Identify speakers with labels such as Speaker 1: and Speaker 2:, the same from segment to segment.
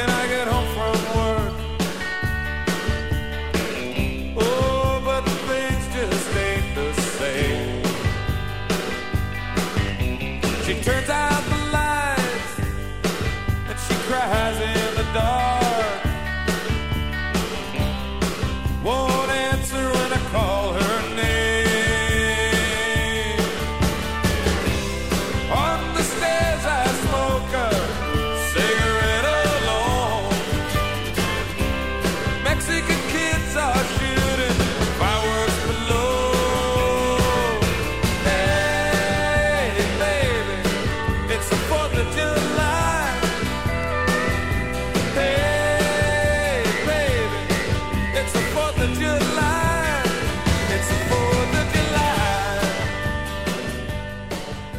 Speaker 1: Oh,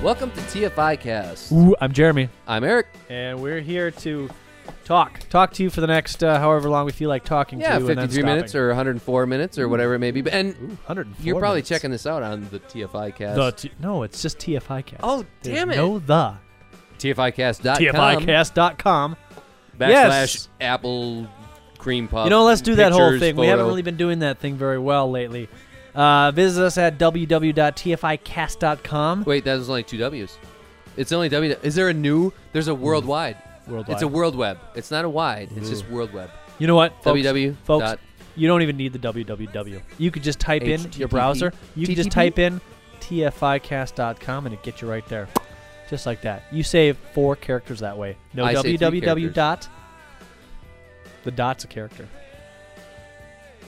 Speaker 2: Welcome to TFI Cast.
Speaker 3: Ooh, I'm Jeremy,
Speaker 2: I'm Eric.
Speaker 3: and we're here to talk, talk to you for the next uh, however long we feel like talking
Speaker 2: Yeah,
Speaker 3: to you. and then
Speaker 2: 53 minutes
Speaker 3: stopping.
Speaker 2: or 104 minutes or whatever it may be. But- And
Speaker 3: 104
Speaker 2: you're probably
Speaker 3: minutes.
Speaker 2: checking this out on the TFI Cast.
Speaker 3: The t- no, it's just TFI Cast.
Speaker 2: Oh, damn it.
Speaker 3: No, the
Speaker 2: TFIcast.com.
Speaker 3: TFIcast.com.
Speaker 2: Backslash
Speaker 3: Yes.
Speaker 2: Apple Cream Puff.
Speaker 3: You know, let's do that whole
Speaker 2: pictures,
Speaker 3: thing. We haven't
Speaker 2: photo.
Speaker 3: really been doing that thing very well lately. Uh, visit us at www.tficast.com.
Speaker 2: Wait, that was only two W's. It's only W. Is there a new? There's a worldwide.
Speaker 3: Mm. Worldwide.
Speaker 2: It's a world web. It's not a wide. It's just world web.
Speaker 3: you know what, folks?
Speaker 2: www.
Speaker 3: folks,
Speaker 2: dot-
Speaker 3: You don't even need the www. You could just type in your
Speaker 2: HTTP.
Speaker 3: browser. You can just
Speaker 2: TTP?
Speaker 3: type in tficast.com and it gets you right there. Just like that. You save four characters that way. No
Speaker 2: I say three
Speaker 3: www
Speaker 2: characters.
Speaker 3: dot. The dot's a character.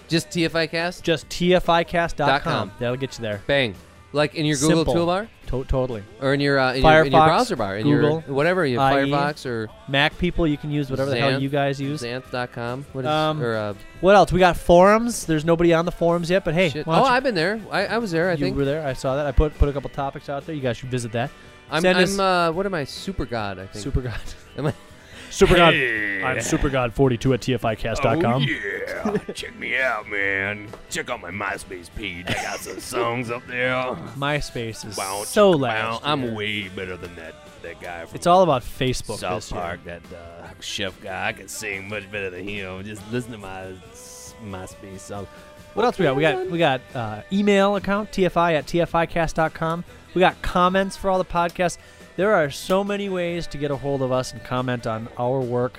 Speaker 2: just TFI Cast.
Speaker 3: Just tficast.com.
Speaker 2: com.
Speaker 3: That'll get you there.
Speaker 2: Bang. Like in your Google
Speaker 3: Simple.
Speaker 2: toolbar
Speaker 3: To- totally.
Speaker 2: or in your, uh, in, your in your
Speaker 3: Firefox,
Speaker 2: browser bar in
Speaker 3: Google, E.
Speaker 2: your whatever you
Speaker 3: IE,
Speaker 2: Firefox or
Speaker 3: Mac people, you can use whatever the hell
Speaker 2: Xanth.
Speaker 3: you guys use.
Speaker 2: Xanth.com. What is
Speaker 3: Um,
Speaker 2: or uh,
Speaker 3: What else? We got forums. There's nobody on the forums yet, but hey,
Speaker 2: shit.
Speaker 3: why
Speaker 2: Oh,
Speaker 3: don't you-
Speaker 2: I've been there. I, I was there. I
Speaker 3: you
Speaker 2: think
Speaker 3: were there. I saw that. I put put a couple topics out there. You guys should visit that.
Speaker 2: I'm.
Speaker 3: send
Speaker 2: I'm
Speaker 3: us-
Speaker 2: uh, what am I? Super God. I think.
Speaker 3: Super God.
Speaker 2: Am I-
Speaker 3: Super God. I'm SuperGod42 at TFIcast.com.
Speaker 1: Oh, yeah. Check me out, man. Check out my MySpace page. I got some songs up there.
Speaker 3: MySpace is
Speaker 1: Wow,
Speaker 3: so
Speaker 1: Wow,
Speaker 3: loud.
Speaker 1: I'm way better than that, that guy from
Speaker 3: It's all about Facebook.
Speaker 1: South
Speaker 3: this year.
Speaker 1: Park, that uh, chef guy. I can sing much better than him. Just listen to my s- MySpace song.
Speaker 3: What else we got? We got we got uh, email account tfi at tficast.com. We got comments for all the podcasts. There are so many ways to get a hold of us and comment on our work.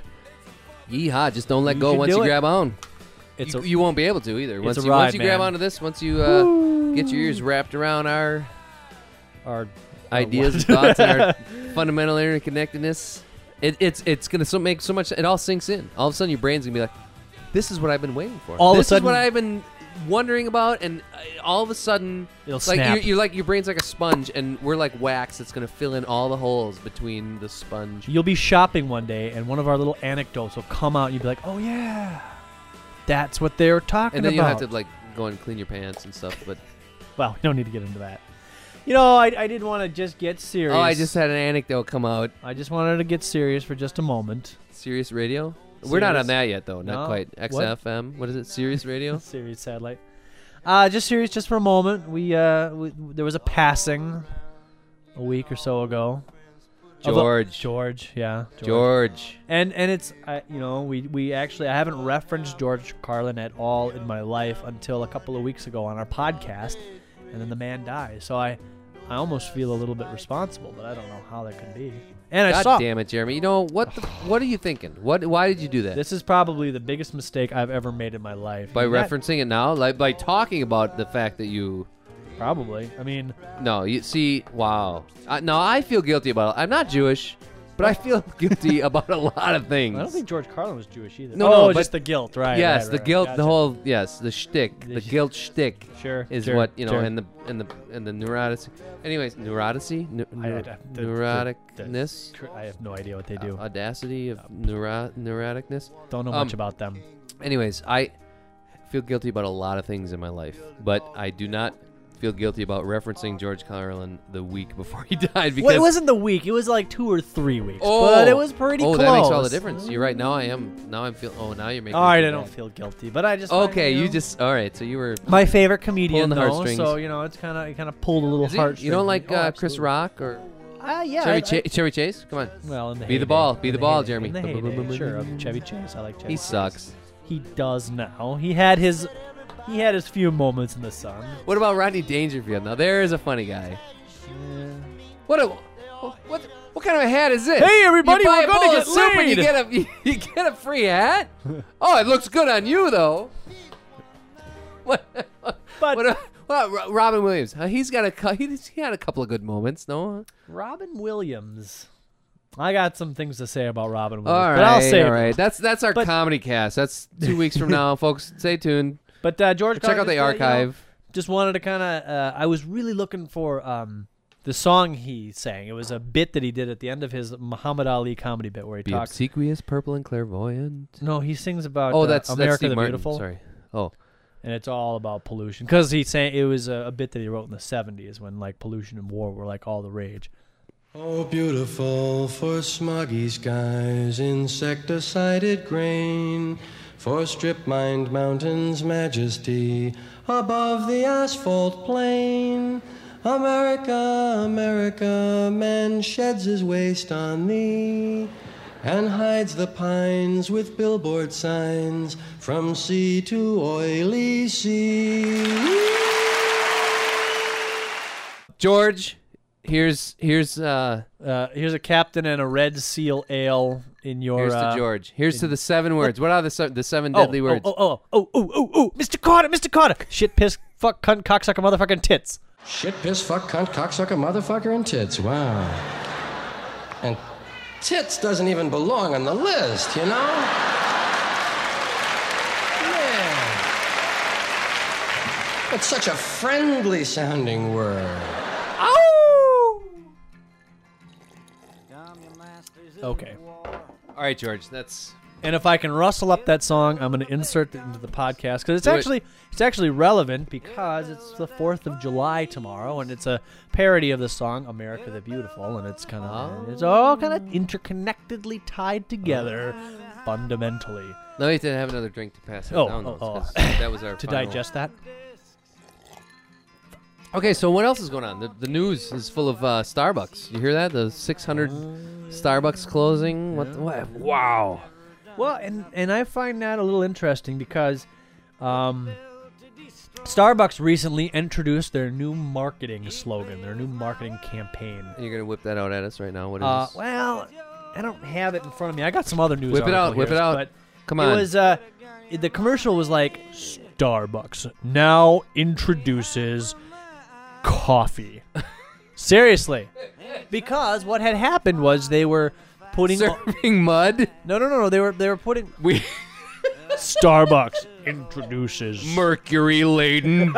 Speaker 2: Yeehaw! Just don't let
Speaker 3: You
Speaker 2: go
Speaker 3: can
Speaker 2: once
Speaker 3: do
Speaker 2: you
Speaker 3: it.
Speaker 2: grab on.
Speaker 3: It's
Speaker 2: you,
Speaker 3: a
Speaker 2: you won't be able to either. Once
Speaker 3: a
Speaker 2: you
Speaker 3: ride,
Speaker 2: once you grab
Speaker 3: man.
Speaker 2: onto this, once you uh, get your ears wrapped around our
Speaker 3: our
Speaker 2: ideas and thoughts and our fundamental interconnectedness, it, it's it's gonna so make so much. It all sinks in. All of a sudden, your brain's gonna be like, "This is what I've been waiting for.
Speaker 3: All of a
Speaker 2: this
Speaker 3: sudden-
Speaker 2: is what I've been wondering about." And uh, all of a sudden,
Speaker 3: It'll
Speaker 2: like
Speaker 3: snap.
Speaker 2: You're, you're like your brain's like a sponge, and we're like wax that's gonna fill in all the holes between the sponge.
Speaker 3: You'll be shopping one day, and one of our little anecdotes will come out. and You'll be like, "Oh yeah, that's what they're talking
Speaker 2: And then
Speaker 3: about."
Speaker 2: you have to like go and clean your pants and stuff. But
Speaker 3: well, we don't need to get into that. You know, I, I didn't want to just get serious.
Speaker 2: oh, I just had an anecdote come out.
Speaker 3: I just wanted to get serious for just a moment.
Speaker 2: Sirius Radio. We're not
Speaker 3: Sirius-
Speaker 2: on that yet, though. Not
Speaker 3: No.
Speaker 2: quite.
Speaker 3: What?
Speaker 2: XFM. what is it? Sirius Radio.
Speaker 3: serious satellite. Uh, just serious, just for a moment. We, uh, we there was a passing a week or so ago. of a-
Speaker 2: George.
Speaker 3: George, yeah,
Speaker 2: George.
Speaker 3: And and it's I you know we we actually I haven't referenced George Carlin at all in my life until a couple of weeks ago on our podcast, and then the man dies. So I I almost feel a little bit responsible, but I don't know how that could be. And I
Speaker 2: God
Speaker 3: saw
Speaker 2: damn it, Jeremy. You know what? The, what are you thinking? What? Why did you do that?
Speaker 3: this is probably the biggest mistake I've ever made in my life.
Speaker 2: by
Speaker 3: Not-
Speaker 2: referencing it now, like by talking about the fact that you.
Speaker 3: probably. I mean,
Speaker 2: No, you see. Wow. I, no, I feel guilty about it. I'm not Jewish, but I feel guilty about a lot of things.
Speaker 3: I don't think George Carlin was Jewish either.
Speaker 2: No,
Speaker 3: oh,
Speaker 2: no,
Speaker 3: it's
Speaker 2: but-
Speaker 3: just the guilt, right?
Speaker 2: yes,
Speaker 3: right,
Speaker 2: the
Speaker 3: right,
Speaker 2: guilt.
Speaker 3: gotcha.
Speaker 2: The whole. Yes, the shtick. The,
Speaker 3: The sh-
Speaker 2: guilt shtick.
Speaker 3: sure
Speaker 2: Is
Speaker 3: sure,
Speaker 2: what you know,
Speaker 3: sure.
Speaker 2: and the and the and the neurotic. Anyways, neuroticy, Neu-
Speaker 3: I- I-
Speaker 2: neu-
Speaker 3: the- the-
Speaker 2: neuroticness.
Speaker 3: the- I have no idea what they do.
Speaker 2: audacity of neuro- neuroticness.
Speaker 3: don't know
Speaker 2: Uh, um,
Speaker 3: much about them.
Speaker 2: Anyways, I feel guilty about a lot of things in my life, but I do not feel guilty about referencing George Carlin the week before he died because
Speaker 3: Well, it wasn't the week. It was like two or three weeks.
Speaker 2: oh,
Speaker 3: but it was pretty
Speaker 2: oh,
Speaker 3: close.
Speaker 2: that makes all the difference. You're right. Now I am. Now I'm feel. Oh, now you're making.
Speaker 3: All
Speaker 2: me
Speaker 3: right,
Speaker 2: feel
Speaker 3: I don't
Speaker 2: bad.
Speaker 3: feel guilty, but I just
Speaker 2: Okay, you just. All right, so you were.
Speaker 3: my favorite
Speaker 2: Pulling
Speaker 3: comedian
Speaker 2: the
Speaker 3: though,
Speaker 2: heartstrings.
Speaker 3: so you know it's kind of it kind of pulled a little
Speaker 2: Is he-
Speaker 3: heart.
Speaker 2: you don't like uh, Chris Rock or
Speaker 3: Ah, yeah. I-
Speaker 2: Chevy,
Speaker 3: I-
Speaker 2: Cha- Chevy Chase? Come on.
Speaker 3: well, in the
Speaker 2: Be the
Speaker 3: heyday.
Speaker 2: ball. Be
Speaker 3: In
Speaker 2: the ball,
Speaker 3: heyday.
Speaker 2: Jeremy.
Speaker 3: In the heyday, sure, of Chevy Chase. I like Chevy.
Speaker 2: He
Speaker 3: Chase.
Speaker 2: sucks.
Speaker 3: He does now. He had his he had his few moments in the sun.
Speaker 2: What about Rodney Dangerfield? Now there is a funny guy. What a what what kind of a hat is this?
Speaker 3: Hey, everybody,
Speaker 2: you buy
Speaker 3: we're
Speaker 2: a
Speaker 3: gonna
Speaker 2: bowl of
Speaker 3: get
Speaker 2: soup and you
Speaker 3: laid.
Speaker 2: get a you get a free hat. oh, it looks good on you though. What?
Speaker 3: But
Speaker 2: What? a- well, Ro- Robin Williams. huh, He's got a cou- he's, he had a couple of good moments. No.
Speaker 3: Robin Williams. I got some things to say about Robin Williams,
Speaker 2: All right.
Speaker 3: but I'll say
Speaker 2: all right. That's that's our
Speaker 3: But-
Speaker 2: comedy cast. That's two weeks from now, folks. Stay tuned.
Speaker 3: But uh, George,
Speaker 2: Check
Speaker 3: Carlin
Speaker 2: out
Speaker 3: just
Speaker 2: the
Speaker 3: wanted, you know,
Speaker 2: archive.
Speaker 3: just wanted to kind of. Uh, I was really looking for um, the song he sang. It was a bit that he did at the end of his Muhammad Ali comedy bit where he
Speaker 2: Be
Speaker 3: talks.
Speaker 2: obsequious, purple, and clairvoyant.
Speaker 3: No, he sings about
Speaker 2: Oh,
Speaker 3: uh,
Speaker 2: that's
Speaker 3: America
Speaker 2: that's Steve
Speaker 3: the
Speaker 2: Martin.
Speaker 3: Beautiful,
Speaker 2: Sorry. Oh,
Speaker 3: and it's all about pollution because he sang it was a, a bit that he wrote in the '70s when like pollution and war were like all the rage.
Speaker 4: Oh, beautiful for smoggy skies, insecticided grain, for strip mined mountains' majesty above the asphalt plain. America, America, man sheds his waste on thee and hides the pines with billboard signs from sea to oily sea.
Speaker 2: George, here's here's uh
Speaker 3: Uh, here's a captain and a red seal ale in your.
Speaker 2: here's
Speaker 3: uh,
Speaker 2: to George. Here's to the seven words. What are the se- the seven
Speaker 3: Oh,
Speaker 2: deadly
Speaker 3: oh,
Speaker 2: words?
Speaker 3: Oh, oh, oh, oh, oh, oh, Mr. Carter, Mr. Carter. Shit, piss, fuck, cunt, cocksucker, motherfucking tits.
Speaker 4: Shit, piss, fuck, cunt, cocksucker, motherfucker, and tits. Wow. And tits doesn't even belong on the list, you know? Yeah. It's such a friendly sounding word.
Speaker 3: Okay.
Speaker 2: All right, George. That's
Speaker 3: And if I can rustle up that song, I'm going to insert it into the podcast because it's
Speaker 2: Do it.
Speaker 3: actually it's actually relevant because it's the Fourth of July tomorrow, and it's a parody of the song "America the Beautiful," and it's kind
Speaker 2: Oh.
Speaker 3: of it's all kind of interconnectedly tied together fundamentally.
Speaker 2: no. You didn't have another drink to pass it
Speaker 3: Oh,
Speaker 2: down.
Speaker 3: oh,
Speaker 2: those, 'cause
Speaker 3: oh.
Speaker 2: that was our
Speaker 3: To
Speaker 2: final-
Speaker 3: digest that,
Speaker 2: Okay, so what else is going on? The, the news is full of uh, Starbucks. You hear that? The 600
Speaker 3: Uh,
Speaker 2: Starbucks closing. What? The, what? Wow.
Speaker 3: Well, and and I find that a little interesting because um, Starbucks recently introduced their new marketing slogan, their new marketing campaign.
Speaker 2: And you're gonna whip that out at us right now. What is?
Speaker 3: Uh, well, I don't have it in front of me. I got some other news.
Speaker 2: Whip it out,
Speaker 3: article
Speaker 2: whip
Speaker 3: here,
Speaker 2: it out.
Speaker 3: But
Speaker 2: Come on.
Speaker 3: It was uh, the commercial was like Starbucks now introduces coffee. Seriously, because what had happened was they were putting
Speaker 2: Serving mud.
Speaker 3: no no no no they were they were putting
Speaker 2: We
Speaker 3: Starbucks introduces
Speaker 2: mercury laden.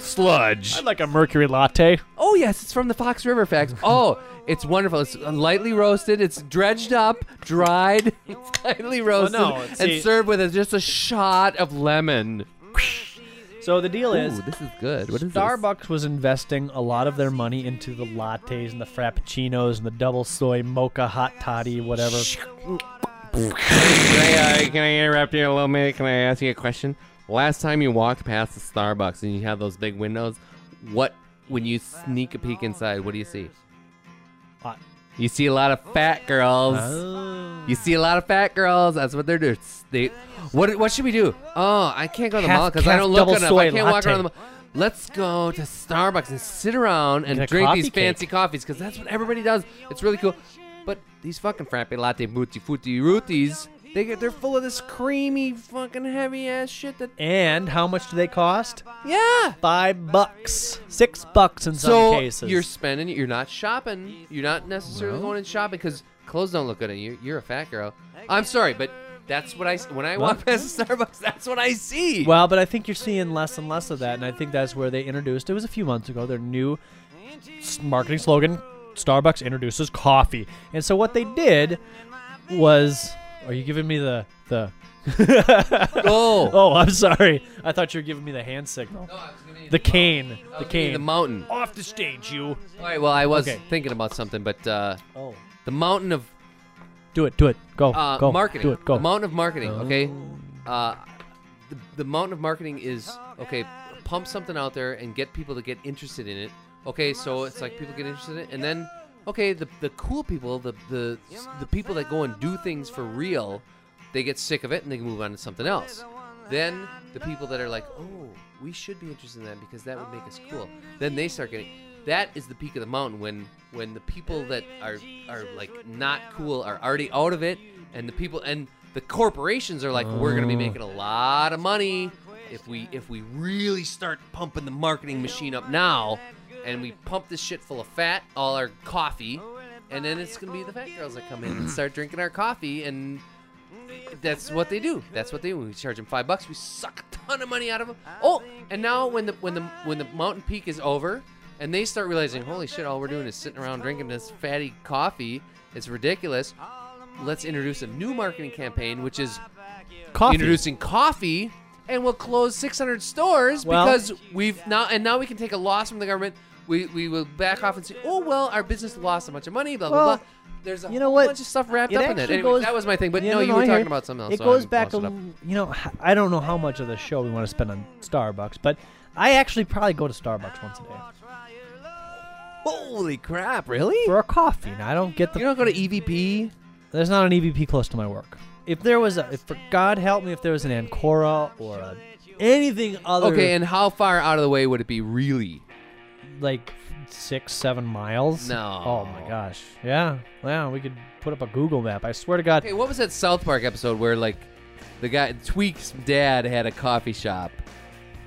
Speaker 1: Sludge.
Speaker 3: I'd like a mercury latte.
Speaker 2: Oh yes, it's from the Fox River Facts. Oh, it's wonderful. It's uh, lightly roasted. It's dredged up, dried, it's lightly roasted,
Speaker 3: no, see-
Speaker 2: and served with a, just a shot of lemon.
Speaker 3: So the deal is
Speaker 2: Ooh, this is good. What is this?
Speaker 3: Starbucks was investing a lot of their money into the lattes and the frappuccinos and the double soy mocha hot toddy, whatever.
Speaker 2: Hey, uh, can I interrupt you a little bit? Can I ask you a question? Last time you walked past the Starbucks and you have those big windows, what when you sneak a peek inside, what do you see?
Speaker 3: Hot.
Speaker 2: You see a lot of fat girls. You see a lot of fat girls. That's what they're doing. They, what what should we do? Oh, I can't go to the
Speaker 3: Half-
Speaker 2: mall because I
Speaker 3: half
Speaker 2: don't look
Speaker 3: double
Speaker 2: good enough.
Speaker 3: soy
Speaker 2: I can't walk
Speaker 3: latte.
Speaker 2: around the mall. Let's go to Starbucks and sit around
Speaker 3: Get
Speaker 2: and
Speaker 3: a
Speaker 2: drink
Speaker 3: coffee
Speaker 2: these
Speaker 3: cake.
Speaker 2: fancy coffees because that's what everybody does. It's really cool. But these fucking frappe latte booty footy rooties, they get they're full of this creamy fucking heavy ass shit that
Speaker 3: And how much do they cost?
Speaker 2: yeah.
Speaker 3: Five bucks, six bucks in some
Speaker 2: So
Speaker 3: cases.
Speaker 2: you're spending, you're not shopping, you're not necessarily going and shopping because clothes don't look good on you. You're a fat girl. I'm sorry, but that's what I s- when I walk past the Starbucks, that's what I see.
Speaker 3: well, but I think you're seeing less and less of that, and I think that's where they introduced. It was a few months ago. Their new s- marketing slogan: Starbucks introduces coffee. And so what they did was, are you giving me the the?
Speaker 2: oh,
Speaker 3: Oh, I'm sorry. I thought you were giving me the hand signal. The cane. The
Speaker 2: the
Speaker 3: cane.
Speaker 2: mountain.
Speaker 3: Off the stage, you.
Speaker 2: All right. Well, I was
Speaker 3: Okay.
Speaker 2: thinking about something, but uh,
Speaker 3: Oh.
Speaker 2: the mountain of
Speaker 3: Do it, do it. Go.
Speaker 2: uh,
Speaker 3: Oh, go.
Speaker 2: marketing.
Speaker 3: Do it, go. Oh.
Speaker 2: The mountain of marketing. Okay. Uh, the, the mountain of marketing is okay. Pump something out there and get people to get interested in it. Okay, so it's like people get interested in it, and then okay, the the cool people, the the the people that go and do things for real, they get sick of it and they move on to something else. Then the people that are like, oh, we should be interested in that because that would make us cool. Then they start getting. That is the peak of the mountain when when the people that are are like not cool are already out of it, and the people and the corporations are like, we're gonna be making a lot of money if we if we really start pumping the marketing machine up now, and we pump this shit full of fat, all our coffee, and then it's gonna be the fat girls that come in and start drinking our coffee and that's what they do. That's what they do. We charge them five bucks. We suck a ton of money out of them. Oh, and now when the when the when the mountain peak is over, and they start realizing, holy shit, all we're doing is sitting around drinking this fatty coffee. It's ridiculous. Let's introduce a new marketing campaign, which is
Speaker 3: Coffee.
Speaker 2: introducing coffee, and we'll close 600 stores
Speaker 3: Well-
Speaker 2: because we've now and now we can take a loss from the government. we we will back off and say, oh well, our business lost a bunch of money, blah blah
Speaker 3: Well,
Speaker 2: blah. There's a
Speaker 3: you know
Speaker 2: whole
Speaker 3: what?
Speaker 2: bunch of stuff wrapped
Speaker 3: It
Speaker 2: up in it.
Speaker 3: actually
Speaker 2: Anyway,
Speaker 3: goes-
Speaker 2: that was my thing. But
Speaker 3: Yeah,
Speaker 2: no, you were
Speaker 3: I
Speaker 2: talking
Speaker 3: hear you.
Speaker 2: about something else.
Speaker 3: It
Speaker 2: so I
Speaker 3: goes
Speaker 2: haven't
Speaker 3: back a
Speaker 2: lost it up.
Speaker 3: l- you know, h- I don't know how much of the show we want to spend on Starbucks, but I actually probably go to Starbucks once a day
Speaker 2: Holy crap! Really?
Speaker 3: for a coffee. Now I don't get the
Speaker 2: You don't go to E EVP?
Speaker 3: There's not an EVP close to my work. If there was a, if for God help me, if there was an Ancora or a, anything other,
Speaker 2: Okay, and how far out of the way would it be really?
Speaker 3: like six, seven miles.
Speaker 2: No.
Speaker 3: Oh my gosh. Yeah. Yeah. We could put up a Google map. I swear to God.
Speaker 2: Hey, what was that South Park episode where like the guy Tweak's dad had a coffee shop,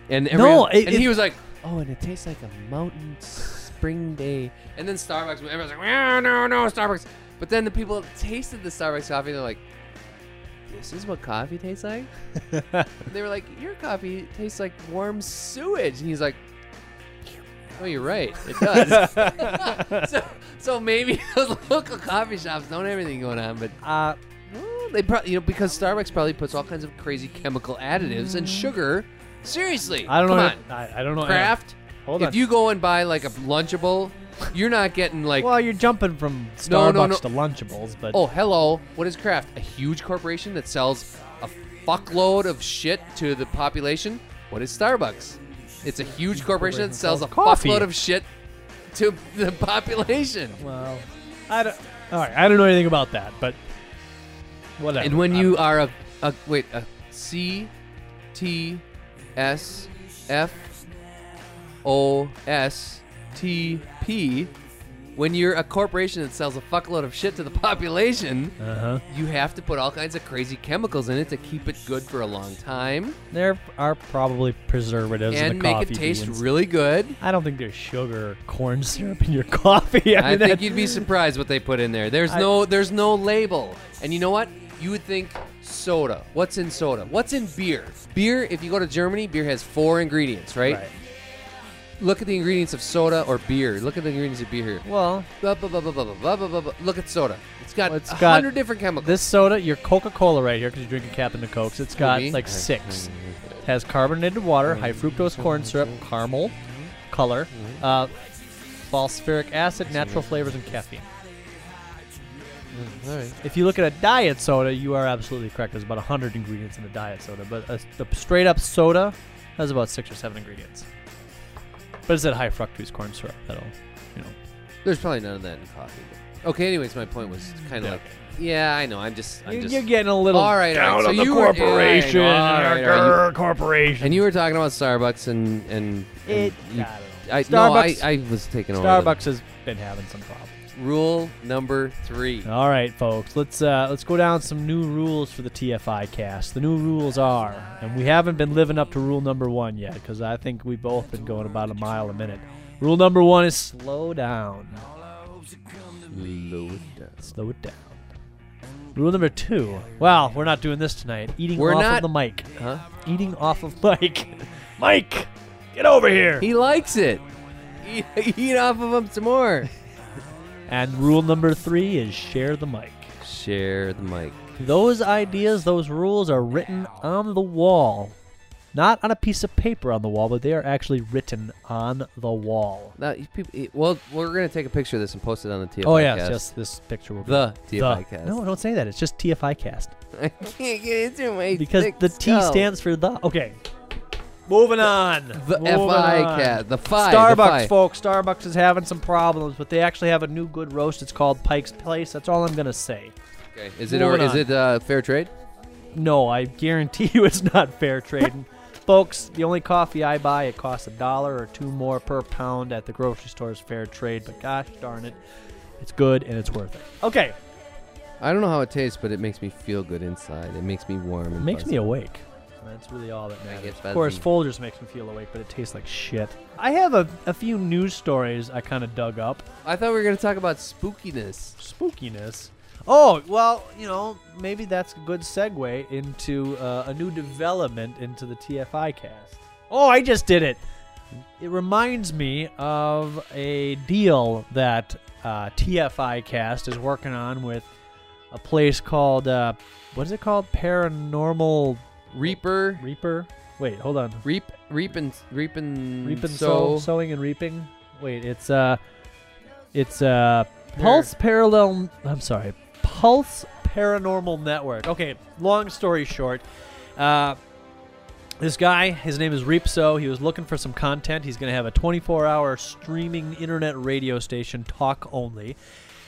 Speaker 2: and
Speaker 3: No,
Speaker 2: everyone-
Speaker 3: it-
Speaker 2: and he
Speaker 3: it-
Speaker 2: was like, oh, and it tastes like a mountain spring day, and then Starbucks, everyone's like, no, no, no, Starbucks, but then the people tasted the Starbucks coffee, and they're like, this is what coffee tastes like. and they were like, your coffee tastes like warm sewage, and he's like. Oh, you're right. It does. so, so maybe those local coffee shops don't have anything going on, but
Speaker 3: Uh,
Speaker 2: well, they probably, you know, because Starbucks probably puts all kinds of crazy chemical additives and sugar. Seriously,
Speaker 3: I don't
Speaker 2: come
Speaker 3: know.
Speaker 2: on,
Speaker 3: I, I don't know.
Speaker 2: Kraft.
Speaker 3: Hold
Speaker 2: if
Speaker 3: on.
Speaker 2: you go and buy like a Lunchable, you're not getting like,
Speaker 3: Well, you're jumping from
Speaker 2: No,
Speaker 3: Starbucks
Speaker 2: no, no.
Speaker 3: to Lunchables, but
Speaker 2: oh, hello, what is Kraft? A huge corporation that sells a fuckload of shit to the population. What is Starbucks? It's a huge corporation that sells a
Speaker 3: Coffee.
Speaker 2: fuckload of shit to the population.
Speaker 3: well, I don't. All right, I don't know anything about that, but whatever.
Speaker 2: And when
Speaker 3: I-
Speaker 2: you are a, a wait a C T S F O S T P, when you're a corporation that sells a fuckload of shit to the population,
Speaker 3: Uh-huh.
Speaker 2: you have to put all kinds of crazy chemicals in it to keep it good for a long time
Speaker 3: there are probably preservatives in
Speaker 2: and
Speaker 3: the
Speaker 2: make
Speaker 3: coffee
Speaker 2: it taste
Speaker 3: beans.
Speaker 2: really good.
Speaker 3: I don't think there's sugar or corn syrup in your coffee. I,
Speaker 2: I,
Speaker 3: mean,
Speaker 2: think
Speaker 3: that-
Speaker 2: you'd be surprised what they put in there. There's
Speaker 3: I-
Speaker 2: no there's no label. And you know what? You would think soda. What's in soda? What's in beer? Beer, if you go to Germany, beer has four ingredients, right?
Speaker 3: Right.
Speaker 2: Look at the ingredients of soda or beer. Look at the ingredients of beer.
Speaker 3: Well,
Speaker 2: Blah, blah, blah, blah, blah, blah, blah, blah, blah. Look at soda. It's got
Speaker 3: It's
Speaker 2: a
Speaker 3: got
Speaker 2: hundred different chemicals.
Speaker 3: this soda, your Coca-Cola right here, because you drink a cap and a Cokes, it's got
Speaker 2: Maybe.
Speaker 3: like six. It has carbonated water, high fructose corn syrup, caramel, color, uh, falspheric acid, natural flavors, and caffeine.
Speaker 2: All right.
Speaker 3: If you look at a diet soda, you are absolutely correct. There's about 100 ingredients in a diet soda, but a, the straight up soda has about six or seven ingredients. But it's at high fructose corn syrup. That'll, you know.
Speaker 2: There's probably none of that in coffee. Okay, anyways, my point was kind of like, yeah, I know. I'm just, I'm
Speaker 3: You're,
Speaker 2: just.
Speaker 3: you're getting a little.
Speaker 2: all right,
Speaker 1: Down
Speaker 2: all right. So
Speaker 1: on the
Speaker 2: you were- yeah, I know.
Speaker 1: corporation.
Speaker 2: All right, all right. You-
Speaker 3: corporation.
Speaker 2: And you were talking about Starbucks and and, and
Speaker 3: It.
Speaker 2: you-
Speaker 3: I don't know.
Speaker 2: I,
Speaker 3: Starbucks.
Speaker 2: no, I, I was taking over. the-
Speaker 3: Starbucks has been having some problems.
Speaker 2: Rule number three.
Speaker 3: All right, folks. Let's uh, let's go down some new rules for the TFI cast. The new rules are, and we haven't been living up to rule number one yet because I think we've both been going about a mile a minute. Rule number one is slow down. Slow it down. Rule number two. Wow, we're not doing this tonight. Eating
Speaker 2: We're
Speaker 3: off
Speaker 2: not-
Speaker 3: of the mic.
Speaker 2: Huh?
Speaker 3: Eating off of mic. Mike, get over here.
Speaker 2: He likes it. Eat, eat off of him some more.
Speaker 3: And rule number three is share the mic.
Speaker 2: Share the mic.
Speaker 3: Those ideas, those rules are written on the wall. Not on a piece of paper on the wall, but they are actually written on the wall.
Speaker 2: Now, you people, it- well, we're gonna take a picture of this and post it on the TFI
Speaker 3: oh, yes,
Speaker 2: cast.
Speaker 3: yes, this picture will be.
Speaker 2: The
Speaker 3: The-
Speaker 2: TFI cast.
Speaker 3: No, don't say that. It's just TFI cast.
Speaker 2: I can't get into my
Speaker 3: Because
Speaker 2: thick
Speaker 3: the T
Speaker 2: skull.
Speaker 3: stands for the. Okay. Moving on.
Speaker 2: The FI cast. The fi. the
Speaker 3: Starbucks,
Speaker 2: fi.
Speaker 3: folks. Starbucks is having some problems, but they actually have a new good roast. It's called Pike's Place. That's all I'm going to say.
Speaker 2: Okay. Is it or
Speaker 3: Moving
Speaker 2: is
Speaker 3: on.
Speaker 2: it uh, fair trade?
Speaker 3: No, I guarantee you it's not fair trading. Folks, the only coffee I buy, it costs a dollar or two more per pound at the grocery store is fair trade, but gosh darn it, it's good and it's worth it. Okay,
Speaker 2: I don't know how it tastes, but it makes me feel good inside. It makes me warm.
Speaker 3: it
Speaker 2: And
Speaker 3: makes me
Speaker 2: fuzzy.
Speaker 3: awake. That's really all that
Speaker 2: get
Speaker 3: matters. Of
Speaker 2: fuzzy.
Speaker 3: course, Folgers makes me feel awake, but it tastes like shit. I have a, a few news stories I kind of dug up.
Speaker 2: I thought we were gonna talk about spookiness.
Speaker 3: Spookiness. Oh, well, you know, maybe that's a good segue into uh, a new development into the TFI cast. Oh, I just did it. It reminds me of a deal that uh, TFI cast is working on with a place called, uh, what is it called? Paranormal
Speaker 2: Reaper,
Speaker 3: Reaper? Wait, hold on.
Speaker 2: reap, reap and reap and
Speaker 3: Reaping,
Speaker 2: sow.
Speaker 3: sow, sowing and reaping. Wait, it's uh, it's uh, Pulse Parallel. I'm sorry, Pulse Paranormal Network. Okay, long story short, uh, this guy, his name is Reepso. He was looking for some content. He's going to have a 24-hour streaming internet radio station, talk only.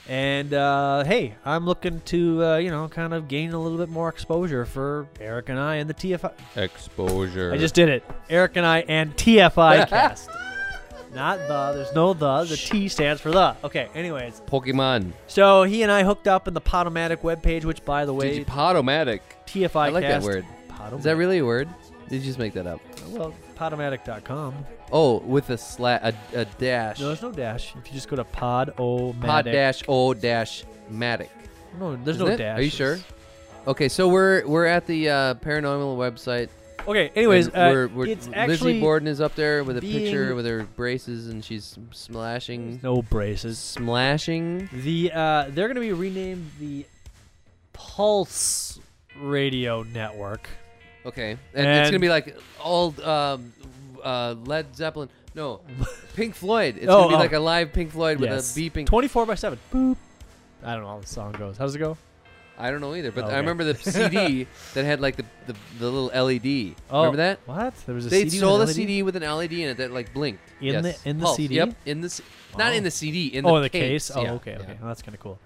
Speaker 3: And uh, hey, I'm looking to uh, you know kind of gain a little bit more exposure for Eric and I and the TFI.
Speaker 2: Exposure.
Speaker 3: I just did it. Eric and I and TFI cast. Not the. There's no the. The T stands for the. Okay. Anyways,
Speaker 2: Pokemon.
Speaker 3: so he and I hooked up in the Podomatic webpage, which by the way,
Speaker 2: Digipodomatic.
Speaker 3: TFI
Speaker 2: I like that word. Is that really a word? Did you just make that up?
Speaker 3: Well, podomatic.com.
Speaker 2: Oh, with a sla- a, a dash.
Speaker 3: No, there's no dash. If you just go to podomatic.
Speaker 2: Pod dash o dash matic.
Speaker 3: No, there's
Speaker 2: Isn't
Speaker 3: no
Speaker 2: it?
Speaker 3: dash.
Speaker 2: Are you sure? Okay, so we're we're at the uh, paranormal website.
Speaker 3: Okay. Anyways,
Speaker 2: and
Speaker 3: uh,
Speaker 2: we're, we're,
Speaker 3: it's
Speaker 2: Lizzie
Speaker 3: actually
Speaker 2: Borden is up there with a picture
Speaker 3: being-
Speaker 2: with her braces, and she's smashing,
Speaker 3: no braces.
Speaker 2: smashing.
Speaker 3: The uh, they're going to be renamed the Pulse Radio Network.
Speaker 2: Okay, and, it's
Speaker 3: And-
Speaker 2: gonna be like old um, uh, Led Zeppelin. No, Pink Floyd. It's
Speaker 3: Oh,
Speaker 2: gonna be
Speaker 3: oh.
Speaker 2: like a live Pink Floyd
Speaker 3: Yes.
Speaker 2: with a beeping.
Speaker 3: 24 by 7. Boop. I don't know how the song goes. How's it go?
Speaker 2: I don't know either, but
Speaker 3: Oh, Okay.
Speaker 2: I remember the CD that had like the, the, the little LED.
Speaker 3: Oh.
Speaker 2: remember that?
Speaker 3: What? There was a
Speaker 2: They
Speaker 3: CD.
Speaker 2: sold
Speaker 3: with
Speaker 2: a
Speaker 3: an LED?
Speaker 2: CD with an LED in it that like blinked.
Speaker 3: In the-
Speaker 2: Yes.
Speaker 3: in the
Speaker 2: Pulse.
Speaker 3: CD?
Speaker 2: Yep, in the c- not
Speaker 3: Wow.
Speaker 2: in the CD in
Speaker 3: oh,
Speaker 2: the
Speaker 3: case.
Speaker 2: case.
Speaker 3: Oh,
Speaker 2: Yeah,
Speaker 3: okay, okay.
Speaker 2: yeah.
Speaker 3: Well, that's kind of cool.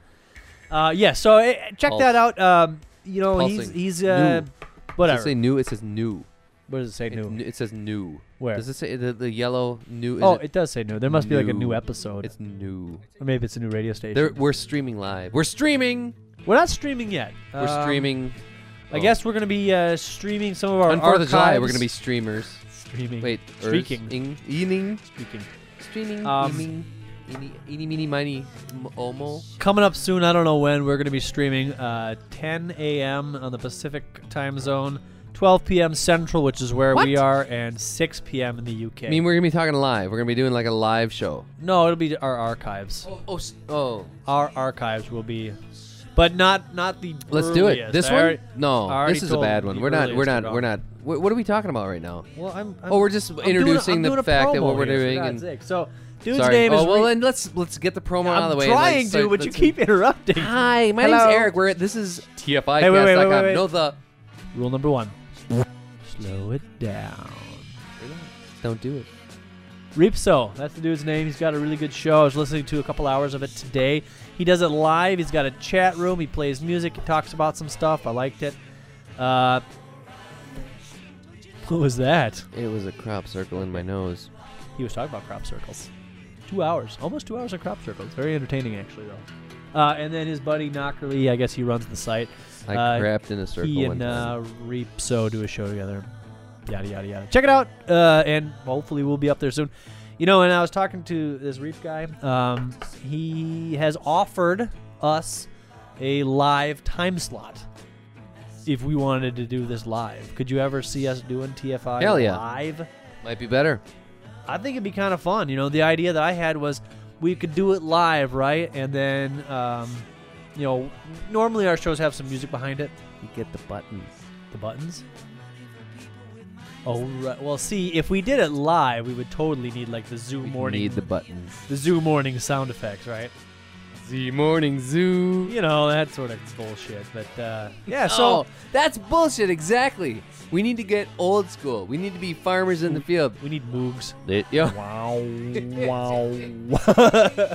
Speaker 3: Uh, yeah. So eh, check that out. Um, you know, he's
Speaker 2: Pulsing.
Speaker 3: he's uh,
Speaker 2: New.
Speaker 3: whatever.
Speaker 2: Does it say new? It says new.
Speaker 3: what does it say?
Speaker 2: It's
Speaker 3: New.
Speaker 2: n- It says new.
Speaker 3: Where?
Speaker 2: Does it say the, the yellow new? Is
Speaker 3: oh,
Speaker 2: it,
Speaker 3: it does say new. There must be like a new
Speaker 2: new.
Speaker 3: episode,
Speaker 2: it's new.
Speaker 3: or maybe it's a new radio station.
Speaker 2: There, we're streaming live. We're streaming.
Speaker 3: we're not streaming yet.
Speaker 2: We're
Speaker 3: Um,
Speaker 2: streaming.
Speaker 3: I
Speaker 2: oh.
Speaker 3: guess we're gonna be uh, streaming some of our
Speaker 2: on Fourth of July we're
Speaker 3: archives.
Speaker 2: gonna be streamers.
Speaker 3: streaming.
Speaker 2: Wait, er,
Speaker 3: Streaking.
Speaker 2: ing- Eating.
Speaker 3: Streaking.
Speaker 2: Streaming.
Speaker 3: Um,
Speaker 2: eating, eeny, eeny, meeny, miny, m- omo.
Speaker 3: Coming up soon, I don't know when, we're going to be streaming uh, 10 a.m. on the Pacific time zone, 12 p.m. Central, which is where we
Speaker 2: What?
Speaker 3: are, and 6 p.m. in the UK.
Speaker 2: I mean, we're gonna be talking live. We're gonna be doing like a live show.
Speaker 3: no, it'll be our archives.
Speaker 2: Oh, oh, s- oh.
Speaker 3: Our archives will be, but not not the.
Speaker 2: Let's do it.
Speaker 3: earliest.
Speaker 2: This
Speaker 3: I
Speaker 2: one?
Speaker 3: already- I
Speaker 2: no,
Speaker 3: already
Speaker 2: this is a
Speaker 3: told
Speaker 2: bad
Speaker 3: the
Speaker 2: one. We're not. We're
Speaker 3: earliest
Speaker 2: not.
Speaker 3: we're
Speaker 2: We're not. What, what are we talking about right now?
Speaker 3: Well, I'm. I'm
Speaker 2: Oh, we're just
Speaker 3: I'm doing a-
Speaker 2: introducing
Speaker 3: I'm
Speaker 2: the
Speaker 3: doing a
Speaker 2: fact that what
Speaker 3: promo
Speaker 2: we're
Speaker 3: here, for
Speaker 2: doing.
Speaker 3: God's
Speaker 2: And
Speaker 3: sake. So, dude's
Speaker 2: sorry.
Speaker 3: name
Speaker 2: oh
Speaker 3: is.
Speaker 2: well,
Speaker 3: Re-
Speaker 2: then let's let's get the promo out of the
Speaker 3: I'm
Speaker 2: way.
Speaker 3: trying
Speaker 2: let's start-
Speaker 3: to, but you
Speaker 2: let's-
Speaker 3: keep interrupting.
Speaker 2: Hi, my
Speaker 3: Hello.
Speaker 2: name's Eric. We're at, this is TFIcast.com.
Speaker 3: Hey, wait, wait, wait, wait, wait.
Speaker 2: No, the
Speaker 3: Rule number one: slow it down.
Speaker 2: don't do it.
Speaker 3: Reepso, that's the dude's name. He's got a really good show. I was listening to a couple hours of it today. He does it live. He's got a chat room. He plays music. He talks about some stuff. I liked it. Uh, what was that?
Speaker 2: It was a crop circle in my nose.
Speaker 3: He was talking about crop circles. Two hours, almost two hours of crop circles. Very entertaining, actually, though. Uh, and then his buddy Knockerly, I guess he runs the site.
Speaker 2: I
Speaker 3: Uh,
Speaker 2: crapped in a circle.
Speaker 3: he
Speaker 2: one
Speaker 3: and
Speaker 2: time.
Speaker 3: uh, Reepso do a show together. Yada yada yada. Check it out, uh, and hopefully we'll be up there soon. You know, and I was talking to this Reep guy. Um, he has offered us a live time slot if we wanted to do this live. Could you ever see us doing TFI
Speaker 2: Hell yeah.
Speaker 3: live?
Speaker 2: Might be better.
Speaker 3: I think it'd be kind of fun. You know, the idea that I had was we could do it live, right? And then, um, you know, normally our shows have some music behind it.
Speaker 2: You get the buttons.
Speaker 3: The buttons? Oh, right. Well, see, if we did it live, we would totally need like the zoo
Speaker 2: We
Speaker 3: morning,
Speaker 2: need the
Speaker 3: the,
Speaker 2: buttons.
Speaker 3: zoo morning sound effects, right?
Speaker 2: The morning zoo.
Speaker 3: You know that sort of bullshit. But uh, yeah, so
Speaker 2: Oh, that's bullshit. Exactly. We need to get old school. We need to be farmers in the field.
Speaker 3: we need moogs.
Speaker 2: Yo.
Speaker 3: Wow, wow.